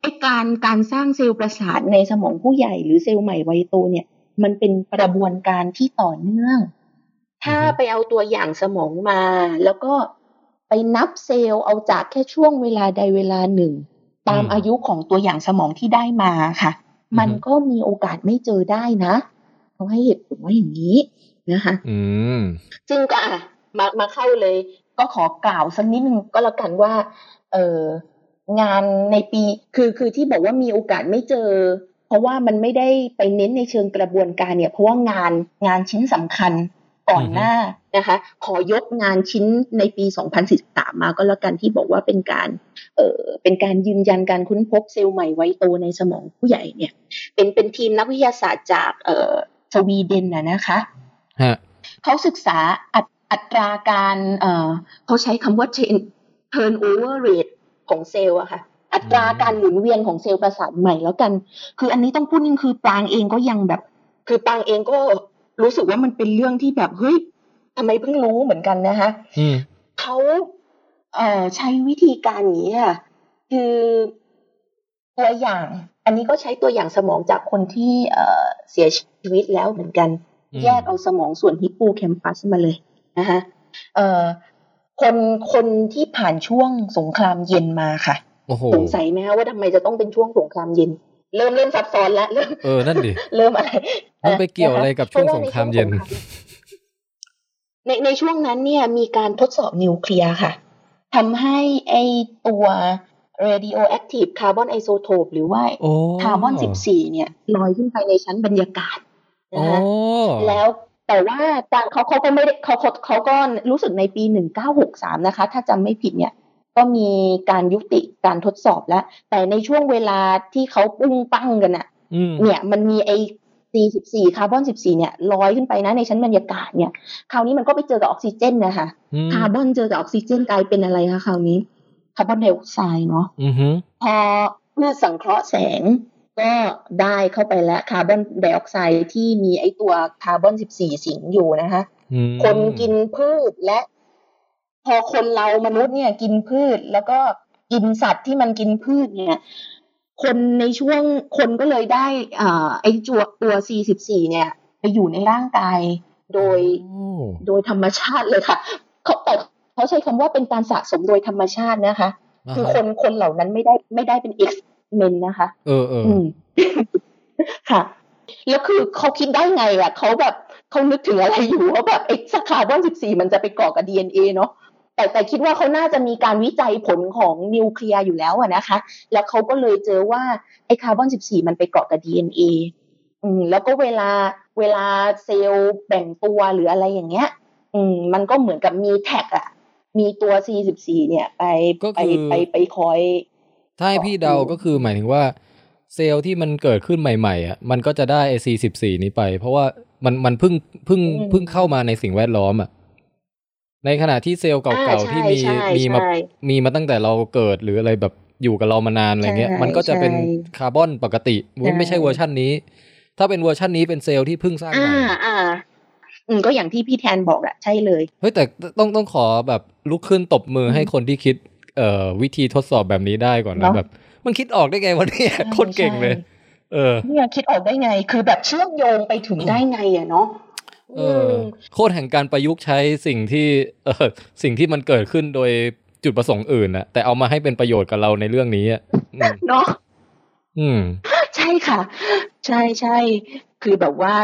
Speaker 2: ไอ้การการสร้างเซลล์ประสาทในสมองผู้ใหญ่หรือเซลล์ใหม่วัยโตเนี่ย มันเป็นกระบวนการที่ต่อเนื่อง ถ้าไปเอาตัวอย่างสมองมา แล้วก็ไปนับเซลล์เอาจากแค่ช่วงเวลาใดเวลาหนึ่ง ตามอายุของตัวอย่างสมองที่ได้มาค่ะ มันก็มีโอกาสไม่เจอได้นะเขาให้เหตุผลว่าอย่างนี้นะคะ
Speaker 1: อืม
Speaker 2: ซึ่งก็อ่ะมามาเข้าเลย ก็ขอกล่าวสักนิดนึงก็แล้วกันว่า เอองานในปีคือคือที่บอกว่ามีโอกาสไม่เจอ เพราะว่ามันไม่ได้ไปเน้นในเชิงกระบวนการเนี่ย เพราะว่างานงานชิ้นสำคัญก่อน
Speaker 1: อือฮึ
Speaker 2: หน้านะคะ ขอยกงานชิ้นในปี 2013 มาก็แล้วกันที่บอกว่าเป็นการ เออเป็นการยืนยันการค้นพบเซลล์ใหม่ไวยโตในสมองผู้ใหญ่เนี่ย เป็นเป็นทีมนักวิทยาศาสตร์จากเออสวีเดนนะนะคะ
Speaker 1: ฮะ
Speaker 2: เขาศึกษาอัตอัตราการเอ่อเขาใช้คำว่า turn- turnover rate ของเซลล์อะค่ะ อัตราการหมุนเวียนของเซลล์ประสาทใหม่แล้วกัน คืออันนี้ต้องพูดนึงคือปรางเองก็ยังแบบ คือปรางเองก็รู้สึกว่ามันเป็นเรื่องที่แบบเฮ้ยทำไมเพิ่งรู้เหมือนกันนะคะ
Speaker 1: อืม
Speaker 2: เขาเอ่อใช้วิธีการอย่างนี้ค่ะ คือตัวอย่าง อันนี้ก็ใช้ตัวอย่างสมองจากคนที่เอ่อเสียชีวิตแล้วเหมือนกัน
Speaker 1: อืม
Speaker 2: แยกเอาสมองส่วนฮิปโปแคมปัสมาเลยนะคะเอ่อคนคนที่ผ่านช่วงสงครามเย็นมาค่ะ
Speaker 1: โอ้โห
Speaker 2: สงสัยไหมคะว่าทำไมจะต้องเป็นช่วงสงครามเย็น เริ่มเริ่มซับซ้อนแล้วเริ่ม
Speaker 1: เออนั่นดิ
Speaker 2: เริ่มอะไร
Speaker 1: มันไปเกี่ยวอะไรกับช่วง
Speaker 2: พะ
Speaker 1: ส
Speaker 2: ใน
Speaker 1: งครามเย็น
Speaker 2: สงครามในในช่วงนั้นเนี่ยมีการทดสอบนิวเคลียร์ค่ะทำให้ไอตัว radioactive carbon isotope หรือว่า
Speaker 1: โอ้
Speaker 2: คาร์บอน14เนี่ยลอยขึ้นไปในชั้นบรรยากาศนะ
Speaker 1: โอ้
Speaker 2: คะ แล้วแต่ว่าการเขาเขาก็ไม่ได้เขาเขาเขาก็รู้สึกในปี 1963 นะคะ ถ้าจำไม่ผิดเนี่ย ก็มีการยุติการทดสอบแล้ว แต่ในช่วงเวลาที่เขาปุ้งปั้งกันอะ
Speaker 1: อืม
Speaker 2: เนี่ยมันมีไอ้44คาร์บอน14เนี่ยลอยขึ้นไปนะในชั้นบรรยากาศเนี่ย คราวนี้มันก็ไปเจอกับออกซิเจนนะคะ
Speaker 1: อืม
Speaker 2: คาร์บอนเจอกับออกซิเจนกลายเป็นอะไรคะคราวนี้คาร์บอนไดออกไซด์เนาะ
Speaker 1: อือหือ
Speaker 2: พอเพื่อสังเคราะห์แสงก็ได้เข้าไปแล้วคาร์บอนไดออกไซด์ที่มีไอตัวคาร์บอน 14 สิงอยู่นะคะ
Speaker 1: อืม
Speaker 2: คนกินพืชและ พอคนเรามนุษย์เนี่ยกินพืชแล้วก็กินสัตว์ที่มันกินพืชเนี่ย คนในช่วงคนก็เลยได้เอ่อไอจวกตัว 44 เนี่ย ไปอยู่ในร่างกายโดย
Speaker 1: โอ้
Speaker 2: โดยธรรมชาติเลยค่ะเขาแต่เขาใช้คำว่าเป็นการสะสมโดยธรรมชาตินะคะ
Speaker 1: อ่า
Speaker 2: คือ
Speaker 1: ฮะ
Speaker 2: คนคนเหล่านั้นไม่ได้ไม่ได้เป็น X Men นะคะ
Speaker 1: เออเออ
Speaker 2: อืม ค่ะ แล้วคือเขาคิดได้ไงอะเขาแบบเขานึกถึงอะไรอยู่ว่าแบบไอ้คาร์บอน14 มันจะไปเกาะกับ DNA เนาะแต่แต่คิดว่าเขาน่าจะมีการวิจัยผลของนิวเคลียร์อยู่แล้วอะนะคะ แล้วเขาก็เลยเจอว่าไอ้คาร์บอน14 มันไปเกาะกับ DNA อืม แล้วก็เวลาเวลาเซลล์แบ่งตัวหรืออะไรอย่างเงี้ย อืม มันก็เหมือนกับมีแท็กอะมีตัว 44 เนี่ย ไปไปไปไปคอย
Speaker 1: ถ้าให้พี่เดาก็คือหมายถึงว่า เซลล์ที่มันเกิดขึ้นใหม่ๆอ่ะมันก็จะได้ไอซีสิบสี่นี้ไป เพราะว่ามันมันเพิ่งเพิ่ง
Speaker 2: อืม
Speaker 1: เพิ่งเข้ามาในสิ่งแวดล้อมอ่ะในขณะที่เซลล์เก่าๆที่มี
Speaker 2: อ่าใช่ใช่
Speaker 1: มีมา
Speaker 2: ใช่
Speaker 1: มีมาตั้งแต่เราเกิดหรืออะไรแบบอยู่กับเรามานานอะไรเงี้ย
Speaker 2: ใช่
Speaker 1: มันก็จะเป็น
Speaker 2: ใช่
Speaker 1: คาร์บอนปกติเว้ย
Speaker 2: ใช่
Speaker 1: ไม่ใช่เวอร์ชันนี้ ถ้าเป็นเวอร์ชันนี้เป็นเซลล์ที่เพิ่งสร้างให
Speaker 2: อ่า
Speaker 1: ม่
Speaker 2: อ่า อืมก็อย่างที่พี่แทนบอกอะใช่เลย
Speaker 1: เฮ้ยแต่ต้องต้องขอแบบลุกขึ้นตบมือให้คนที่คิด เอ่อวิธีทดสอบแบบนี้ได้ก่อนนะ
Speaker 2: เนาะ
Speaker 1: แบบ มันคิดออกได้ไงวัน นี้
Speaker 2: ใช่
Speaker 1: โคตรเก่งเลย
Speaker 2: ใช่
Speaker 1: เออ
Speaker 2: เนี่ยคิดออกได้ไง คือแบบเชื่อมโยงไปถึงได้ไงอะเนาะ
Speaker 1: เอออ
Speaker 2: ม
Speaker 1: โคตรแห่งการประยุกต์ใช้สิ่งที่ เออสิ่งที่มันเกิดขึ้นโดยจุดประสงค์อื่นนะแต่เอามาให้เป็นประโยชน์กับเราในเรื่องนี้อะอืม
Speaker 2: เนาะ
Speaker 1: อืม
Speaker 2: ใช่ค่ะ ใช่ใช่คือแบบว่า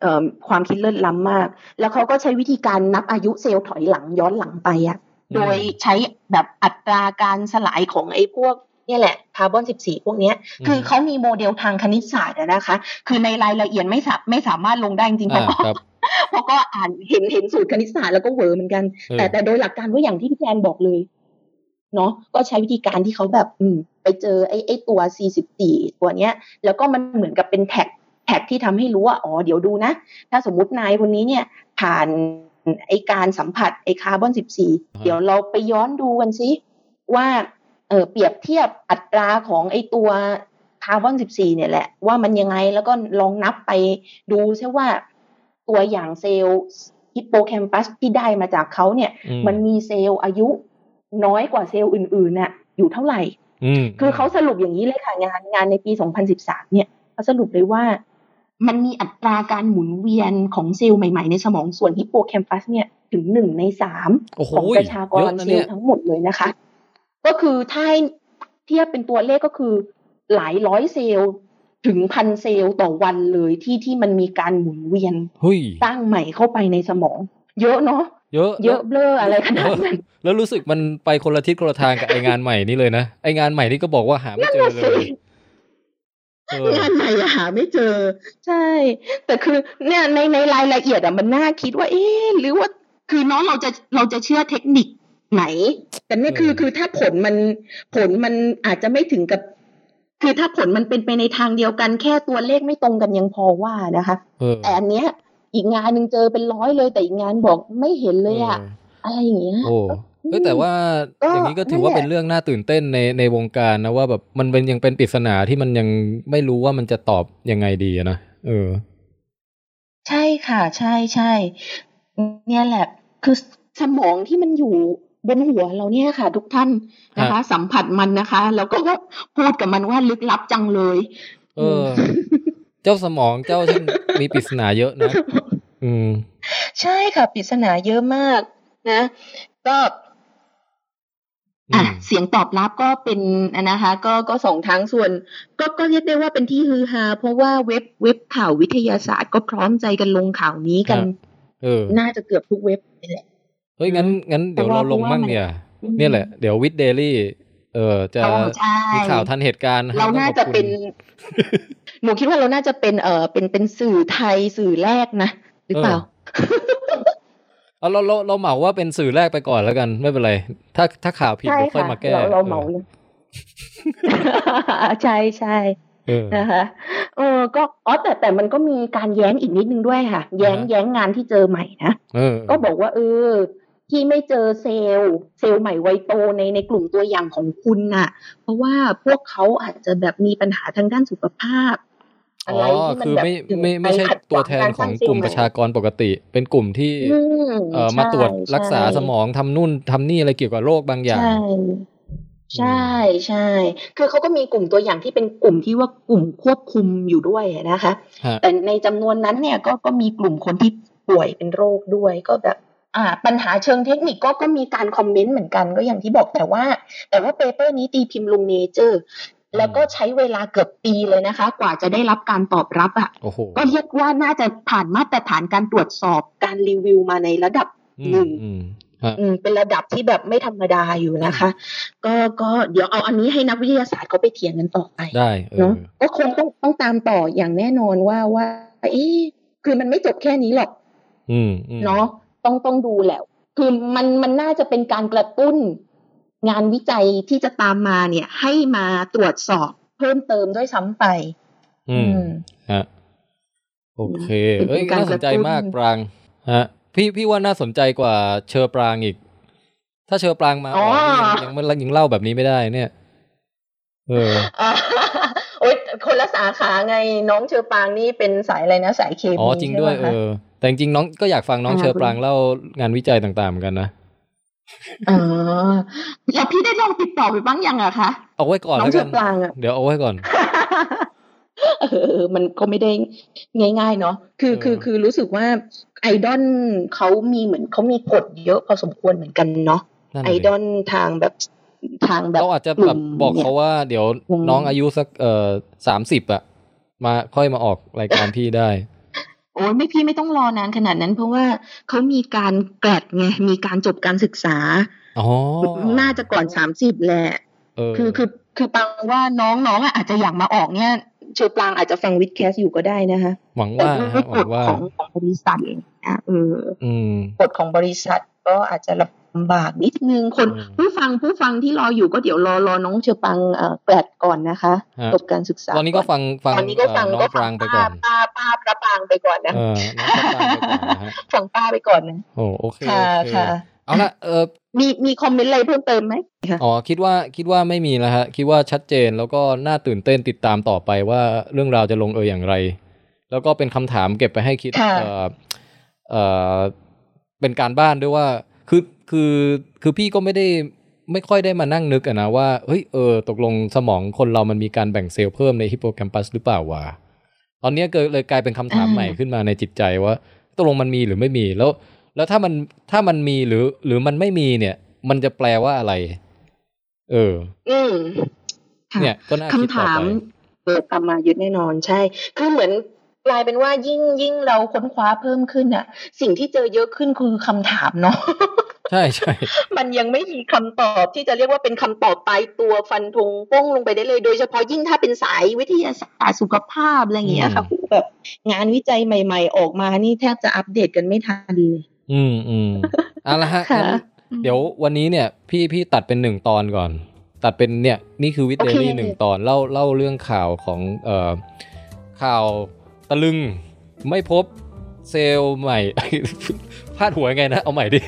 Speaker 2: เอ่อความคิดเลิศล้ำมาก แล้วเขาก็ใช้วิธีการนับอายุเซลล์ถอยหลังย้อนหลังไปอะ
Speaker 1: ม
Speaker 2: โดยใช้แบบอัตราการสลายของไอ้พวก เนี่ยแหละคาร์บอน 14 พวกเนี้ย คือเขามีโมเดลทางคณิตศาสตร์อะนะคะ คือในรายละเอียดไม่สาไม่สามารถลงได้จริงๆเพ
Speaker 1: อ่า
Speaker 2: ราะว่า
Speaker 1: ครับ
Speaker 2: เพราะก็อ่านเห็นเห็นสูตรคณิตศาสตร์แล้วก็เวอร์เหมือนกัน
Speaker 1: เออ
Speaker 2: แต่แต่โดยหลักการก็อย่างที่พี่แอนบอกเลยเนาะก็ใช้วิธีการที่เขาแบบ อืม ไปเจอไอ้ไอ้ตัว 44 ตัวเนี้ย แล้วก็มันเหมือนกับเป็นแท็กแท็กที่ทำให้รู้ว่า อ๋อ เดี๋ยวดูนะ ถ้าสมมุตินายคนนี้เนี่ย ผ่านไอ้การสัมผัสไอ้คาร์บอน 14 เดี๋ยวเราไปย้อนดูกันสิว่า เออเปรียบเทียบอัตราของไอ้ตัวคาร์บอน 14 เนี่ยแหละ ว่ามันยังไงแล้วก็ลองนับไปดูใช่ว่าตัวอย่างเซลล์ฮิปโปแคมปัสที่ได้มาจากเขาเนี่ย
Speaker 1: อื
Speaker 2: มันมีเซลล์อายุน้อยกว่าเซลล์อื่นๆน่ะ อยู่เท่าไหร่
Speaker 1: อืม
Speaker 2: คือเขาสรุปอย่างนี้เลยค่ะงานงานในปี 2013 เนี่ยเขาสรุปเลยว่า มันมีอัตราการหมุนเวียนของเซลล์ใหม่ๆในสมองส่วนฮิปโปแคมปัสเนี่ยถึงหนึ่งในสาม
Speaker 1: โอ้โห
Speaker 2: ของประชาก
Speaker 1: เย
Speaker 2: ร
Speaker 1: อะนะ
Speaker 2: เซล
Speaker 1: เนี่ย
Speaker 2: ล์ทั้งหมดเลยนะคะ ก็คือถ้าให้เทียบเป็นตัวเลขก็คือหลายร้อยเซลล์ถึงพันเซลล์ต่อวันเลยที่ที่มันมีการหมุนเวียน
Speaker 1: เฮ้ย
Speaker 2: สร้างใหม่เข้าไปในสมอง เยอะเนาะ
Speaker 1: เยอะ
Speaker 2: เยอะเบลออะไรขนาดนั้น
Speaker 1: แล้วรู้สึกมันไปคนละทิศคนละทางกับไองานใหม่นี่เลยนะไองานใหม่นี่ก็บอกว่าหาไม่เจอเลย เออ
Speaker 2: งานใหม่อะหาไม่เจอ ใช่ แต่คือเนี่ยในในรายละเอียดอะมันน่าคิดว่า เอ๊ะหรือว่าคือน้องเราจะเราจะเชื่อเทคนิคไหน แต่เนี่ยคือ
Speaker 1: เออ
Speaker 2: คือถ้าผลมันผลมันอาจจะไม่ถึงกับ คือถ้าผลมันเป็นไปในทางเดียวกันแค่ตัวเลขไม่ตรงกันยังพอว่านะคะ
Speaker 1: เออ
Speaker 2: แต่อันเนี้ย อีกงานหนึ่งเจอเป็นร้อยเลย แต่อีกงานบอกไม่เห็นเลยอะอะไรอย่างเงี้ย
Speaker 1: โอ้เอ้ยแต่ว่า
Speaker 2: ก็
Speaker 1: อย่างนี้ก็ถือว่า
Speaker 2: นั่นแหละ
Speaker 1: เป็นเรื่องน่าตื่นเต้นในในวงการนะว่าแบบมันเป็นยังเป็นปริศนาที่มันยังไม่รู้ว่ามันจะตอบยังไงดีอะนะเออ
Speaker 2: ใช่ค่ะ ใช่ใช่เนี่ยแหละ คือสมองที่มันอยู่ บนหัวเราเนี่ยค่ะ ทุกท่านนะคะ สัมผัสมันนะคะ แล้วก็ พูดกับมันว่าลึกลับจังเลย
Speaker 1: เออ เจ้าสมองเจ้าช่างมีปริศนาเยอะนะ อืม
Speaker 2: ใช่ค่ะปริศนาเยอะมากนะ ก็
Speaker 1: อื
Speaker 2: อ่ะ
Speaker 1: ม
Speaker 2: เสียงตอบรับก็เป็นอ่ะนะคะ ก็ก็สองทั้งส่วน ก็ก็เรียกได้ว่าเป็นที่ฮือฮาเพราะว่าเว็บเว็บข่าววิทยาศาสตร์ก็พร้อมใจกันลงข่าวนี้กัน
Speaker 1: เออ
Speaker 2: น่าจะเกือบทุกเว็บเลยแหละ
Speaker 1: เฮ้ยงั้นงั้นเดี๋ยว
Speaker 2: เพราะ
Speaker 1: เรา
Speaker 2: ว่า
Speaker 1: ลงมั่ง
Speaker 2: เพราะว่ามัน
Speaker 1: เนี่ย เนี่ยแหละ เดี๋ยววิดเดลี่เออจะ
Speaker 2: อ๋อใช่
Speaker 1: มีข่าวทันเหตุการณ์ให้
Speaker 2: เราน่าจะเป็น
Speaker 1: ต้องขอบคุณ
Speaker 2: หนูคิดว่าเราน่าจะเป็นเออเป็นเป็นสื่อไทยสื่อแรกนะ หรือเปล่า
Speaker 1: เอาเราเราเราเหมาว่าเป็นสื่อแรกไปก่อนแล้วกัน ไม่เป็นไร ถ้าถ้าข่าวผิด
Speaker 2: ใช่
Speaker 1: เดี๋ยวค่อย
Speaker 2: ค่ะ
Speaker 1: มาแก้
Speaker 2: เราเราเหมาเลย ใช่ใช่
Speaker 1: เออ
Speaker 2: นะคะเออก็อ๋อแต่แต่มันก็มีการแย้งอีกนิดนึงด้วยค่ะ แย้ง
Speaker 1: อ่าฮะ
Speaker 2: แย้งงานที่เจอใหม่นะ
Speaker 1: เออ
Speaker 2: ก็บอกว่า เออ ที่ไม่เจอเซลล์เซลล์ใหม่ไวยโตในในกลุ่มตัวอย่างของคุณน่ะ เพราะว่าพวกเขาอาจจะแบบมีปัญหาทางด้านสุขภาพ อะ
Speaker 1: อ๋
Speaker 2: ไร
Speaker 1: อ
Speaker 2: ที่มัน
Speaker 1: คือ
Speaker 2: แบบ
Speaker 1: ไม่ไม่ไม่ใช่
Speaker 2: ปขัดขาง
Speaker 1: ตัวแทน
Speaker 2: าร
Speaker 1: ข
Speaker 2: ส
Speaker 1: อ
Speaker 2: ร้าง เซล
Speaker 1: กลุ่ม
Speaker 2: ล์
Speaker 1: ประชากรปกติ เป็นกลุ่มที่
Speaker 2: อืม
Speaker 1: เอ่อมาตรวจ
Speaker 2: ใช่
Speaker 1: รักษา
Speaker 2: ใช่
Speaker 1: สมองทำนู่นทำนี่อะไรเกี่ยวกับโรคบางอย่าง
Speaker 2: ใช่ ใช่ใช่ คือเขาก็มีกลุ่มตัวอย่างที่เป็นกลุ่มที่ว่ากลุ่มควบคุมอยู่ด้วยนะคะ
Speaker 1: ฮะ
Speaker 2: แต่ในจำนวนนั้นเนี่ยก็ก็มีกลุ่มคนที่ป่วยเป็นโรคด้วยก็แบบ อ่า ปัญหาเชิงเทคนิคก็ก็มีการคอมเมนต์เหมือนกันก็อย่างที่บอกแต่ว่า แต่ว่าเปเปอร์นี้ตีพิมพ์ลงเนเจอร์ แล้วก็ใช้เวลาเกือบปีเลยนะคะ กว่าจะได้รับการตอบรับอ่ะ
Speaker 1: โอ้โห
Speaker 2: ก็เรียกว่าน่าจะผ่านมาตรฐานการตรวจสอบการรีวิวมาในระดับ
Speaker 1: อื
Speaker 2: หนึ่
Speaker 1: ม
Speaker 2: ง
Speaker 1: อืมฮะ
Speaker 2: อืมเป็นระดับที่แบบไม่ธรรมดาอยู่นะคะ ก็ก็เดี๋ยวเอาอันนี้ให้นักวิทยาศาสตร์เขาไปเถียงกันต่อไป
Speaker 1: ได้เออ
Speaker 2: เนาะก็คงต้องต้องตามต่ออย่างแน่นอนว่าว่า เอ๊ะคือมันไม่จบแค่นี้หรอก
Speaker 1: อืมอืม
Speaker 2: เนาะต้องต้องดูแหละคือมันมันน่าจะเป็นการกระตุ้น งานวิจัยที่จะตามมาเนี่ย ให้มาตรวจสอบเพิ่มเติมด้วยซ้ำไป
Speaker 1: อืม ฮะโอเค
Speaker 2: เป็น
Speaker 1: เอ้ย
Speaker 2: การ
Speaker 1: น่าสนใจ
Speaker 2: กระตุ้น
Speaker 1: มากปรางฮะ พี่พี่ว่าน่าสนใจกว่าเชอปรางอีก ถ้าเชอปรางมา
Speaker 2: อ๋อ
Speaker 1: กยังมันยังยังเล่าแบบนี้ไม่ได้เนี่ย เออ
Speaker 2: อ่า โอ๊ยคนละสาขาไงน้องเชอปางนี่เป็นสายอะไรนะสายเคมี
Speaker 1: อ๋อจริงด้วยเอ
Speaker 2: ใช่ปะคะ
Speaker 1: อ แต่จริงๆน้องก็อยากฟังน้อง
Speaker 2: อ่า
Speaker 1: เชอปรางเล่างานวิจัยต่างๆเหมือนกันนะ
Speaker 2: อ๋อแล้วพี่ได้ลองติดต่อไปบ้างยังอะคะ
Speaker 1: เอาไว้ก่อน
Speaker 2: น้อ
Speaker 1: แล้
Speaker 2: ง
Speaker 1: ว
Speaker 2: เช
Speaker 1: กั
Speaker 2: อน ปลาง อะ
Speaker 1: เดี๋ยวเอาไว้ก่อน
Speaker 2: เออ มันก็ไม่ได้ง่าย ๆ เนาะคือคือ
Speaker 1: เออ
Speaker 2: คือรู้สึกว่าไอดอลเขามีเหมือนเขามีกฎเยอะพอสมควรเหมือนกันเนาะ
Speaker 1: นั่น
Speaker 2: ไอ
Speaker 1: น่ะสิ
Speaker 2: ดอลทางแบบทางแบบ
Speaker 1: เราอาจจะแบบบอกเขาว่า เดี๋ยว
Speaker 2: อืม
Speaker 1: น้องอายุสักเอ่อสามสิบอะมาค่อยมาออกรายการพี่ได้
Speaker 2: โอ้ยไม่พี่ไม่ต้องรอนานขนาดนั้น เพราะว่าเขามีการแกลดไงมีการจบการศึกษา
Speaker 1: อ๋อ
Speaker 2: น่าจะก่อนสามสิบแหละ
Speaker 1: เออ
Speaker 2: คือคือคือปังว่าน้องน้องอะอาจจะอยากมาออกเนี่ยเชอปลางอาจจะฟังวิดแคสอยู่ก็ได้นะคะ
Speaker 1: หวัง
Speaker 2: แต่
Speaker 1: ว่า
Speaker 2: ด้วย
Speaker 1: ฮะห
Speaker 2: ก
Speaker 1: วั
Speaker 2: ฎ
Speaker 1: งว่า
Speaker 2: ของของบริษัทอย่างเงี้ยเออ
Speaker 1: อืม
Speaker 2: กฎของบริษัทก็อาจจะลำบากนิดนึงคน
Speaker 1: อืม
Speaker 2: ผู้ฟังผู้ฟังที่รออยู่ก็เดี๋ยวรอรอน้องเชอปังเอ่อแกลดก่อนนะคะ
Speaker 1: ฮะ
Speaker 2: จบการศึกษา
Speaker 1: ตอนนี้ก็ฟังฟัง
Speaker 2: ตอนนี้ก็ฟัง
Speaker 1: เอ่อน้องปรางไปก่อน
Speaker 2: ป้าป้าป้าพระปรางไปก่อนนะ
Speaker 1: เออน้องปรางไปก่อนนะฮะ
Speaker 2: ฟังป้าไปก่อนนะ
Speaker 1: โอ้โอเค
Speaker 2: ค่ะ
Speaker 1: โอเค
Speaker 2: ค่ะ
Speaker 1: เอาละเออ
Speaker 2: มีมีคอมเมนต์อะไรเพิ่มเติมไหม
Speaker 1: อ๋อคิดว่าคิดว่าไม่มีแล้วฮะ คิดว่าชัดเจนแล้วก็น่าตื่นเต้นติดตามต่อไปว่าเรื่องราวจะลงเอยอย่างไร แล้วก็เป็นคำถามเก็บไปให้คิด
Speaker 2: ค่ะ
Speaker 1: เออเออเป็นการบ้านด้วยว่า คือคือคือพี่ก็ไม่ได้ไม่ค่อยได้มานั่งนึกอะนะว่าเฮ้ยเออตกลงสมองคนเรามันมีการแบ่งเซลล์เพิ่มในฮิปโปแคมปัสหรือเปล่าวะ ตอนเนี้ยเกิดเลยกลายเป็นคำถาม
Speaker 2: อ่า
Speaker 1: ใหม่ขึ้นมาในจิตใจว่าตกลงมันมีหรือไม่มีแล้ว แล้วถ้ามันถ้ามันมีหรือหรือมันไม่มีเนี่ย มันจะแปลว่าอะไร เออ
Speaker 2: อืมค่ะ
Speaker 1: เนี่ยก็น่า
Speaker 2: คำ
Speaker 1: คิดต่อ
Speaker 2: ถาม
Speaker 1: ไป
Speaker 2: เกิดตามมายึดแน่นอนใช่ คือเหมือนกลายเป็นว่ายิ่งยิ่งเราค้นคว้าเพิ่มขึ้นอะสิ่งที่เจอเยอะขึ้นคือคำถาม เนาะ
Speaker 1: ใช่ใช่
Speaker 2: มันยังไม่มีคำตอบที่จะเรียกว่าเป็นคำตอบปลายตัวฟันธงโป้งลงไปได้เลย โดยเฉพาะยิ่งถ้าเป็นสายวิทยาศาสตร์สุขภาพอะไรอย่างเงี้ยค่ะคือแบบงานวิจัยใหม่ ๆ ออกมานี่แทบจะอัปเดตกันไม่ทันเลย
Speaker 1: อืมอืมเอาละฮะงั้น
Speaker 2: ค่ะ
Speaker 1: เดี๋ยววันนี้เนี่ย พี่พี่ตัดเป็นหนึ่งตอนก่อน ตัดเป็นเนี่ย นี่คือวิด
Speaker 2: โอ
Speaker 1: เด
Speaker 2: เค
Speaker 1: ลี่หนึ่งตอนเล่าเล่าเรื่องข่าวของเอ่อข่าวตะลึง ไม่พบเซลล์ใหม่ พลาดหัวยังไงนะเอาใหม่ดิ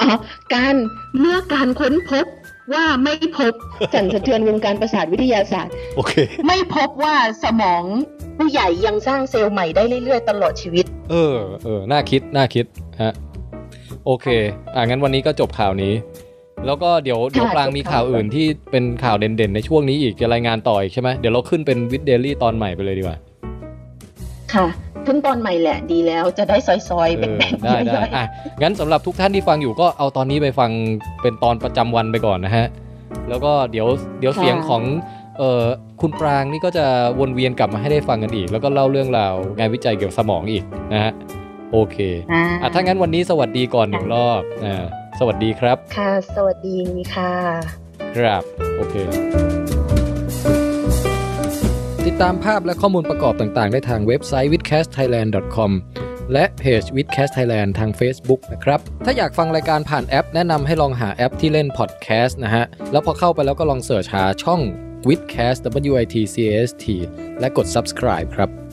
Speaker 2: อ๋อการเมื่อการค้นพบว่าไม่พบสั่นสะเทือนวงการประสาทวิทยาศาสตร์
Speaker 1: โอเค
Speaker 2: ไม่พบว่าสมองผู้ใหญ่ยังสร้างเซลล์ใหม่ได้เรื่อยๆ ตลอดชีวิต
Speaker 1: เออ เออ น่าคิด น่าคิด ฮะ โอ โอเค อ่างั้นวันนี้ก็จบข่าวนี้ แล้วก็เดี๋ยวเดี๋ยว
Speaker 2: ค่ะ
Speaker 1: ปรางมีข่าวอื่นที่เป็นข่าวเด่นๆ ในช่วงนี้อีกจะรายงานต่ออีกใช่ไหมเดี๋ยวเราขึ้นเป็นวิดเดลี่ตอนใหม่ไปเลยดีกว่า
Speaker 2: ค่ะขึ้นตอนใหม่แหละดีแล้วจะได้ซอย
Speaker 1: เอ
Speaker 2: ๆเป็น
Speaker 1: อ
Speaker 2: แบบ
Speaker 1: ได้ได้
Speaker 2: ย่อยๆ
Speaker 1: อ่ะงั้นสำหรับทุกท่านที่ฟังอยู่ก็เอาตอนนี้ไปฟังเป็นตอนประจำวันไปก่อนนะฮะ แล้วก็เดี๋ยวเดี๋ยว
Speaker 2: ค่ะ
Speaker 1: เสียงของเอ่อคุณปรางนี่ก็จะวนเวียนกลับมาให้ได้ฟังกันอีก แล้วก็เล่าเรื่องราวงานวิจัยเกี่ยวกับสมองอีกนะฮะ โอเค
Speaker 2: อ่า
Speaker 1: อ่ะถ้างั้นวันนี้สวัสดีก่อนหนึ่งรอบอ่าสวัสดีครับ
Speaker 2: ค่ะ สวัสดีค่ะ
Speaker 1: ครับ โอเค ติดตามภาพและข้อมูลประกอบต่างๆ ได้ทางเว็บไซต์ withcastthailand.com และเพจ withcast thailand ทาง Facebook นะครับ ถ้าอยากฟังรายการผ่านแอป แนะนำให้ลองหาแอปที่เล่นพอดแคสต์นะฮะ แล้วพอเข้าไปแล้วก็ลองเสิร์ชหาช่อง withcast w i t c a s t และกด subscribe ครับ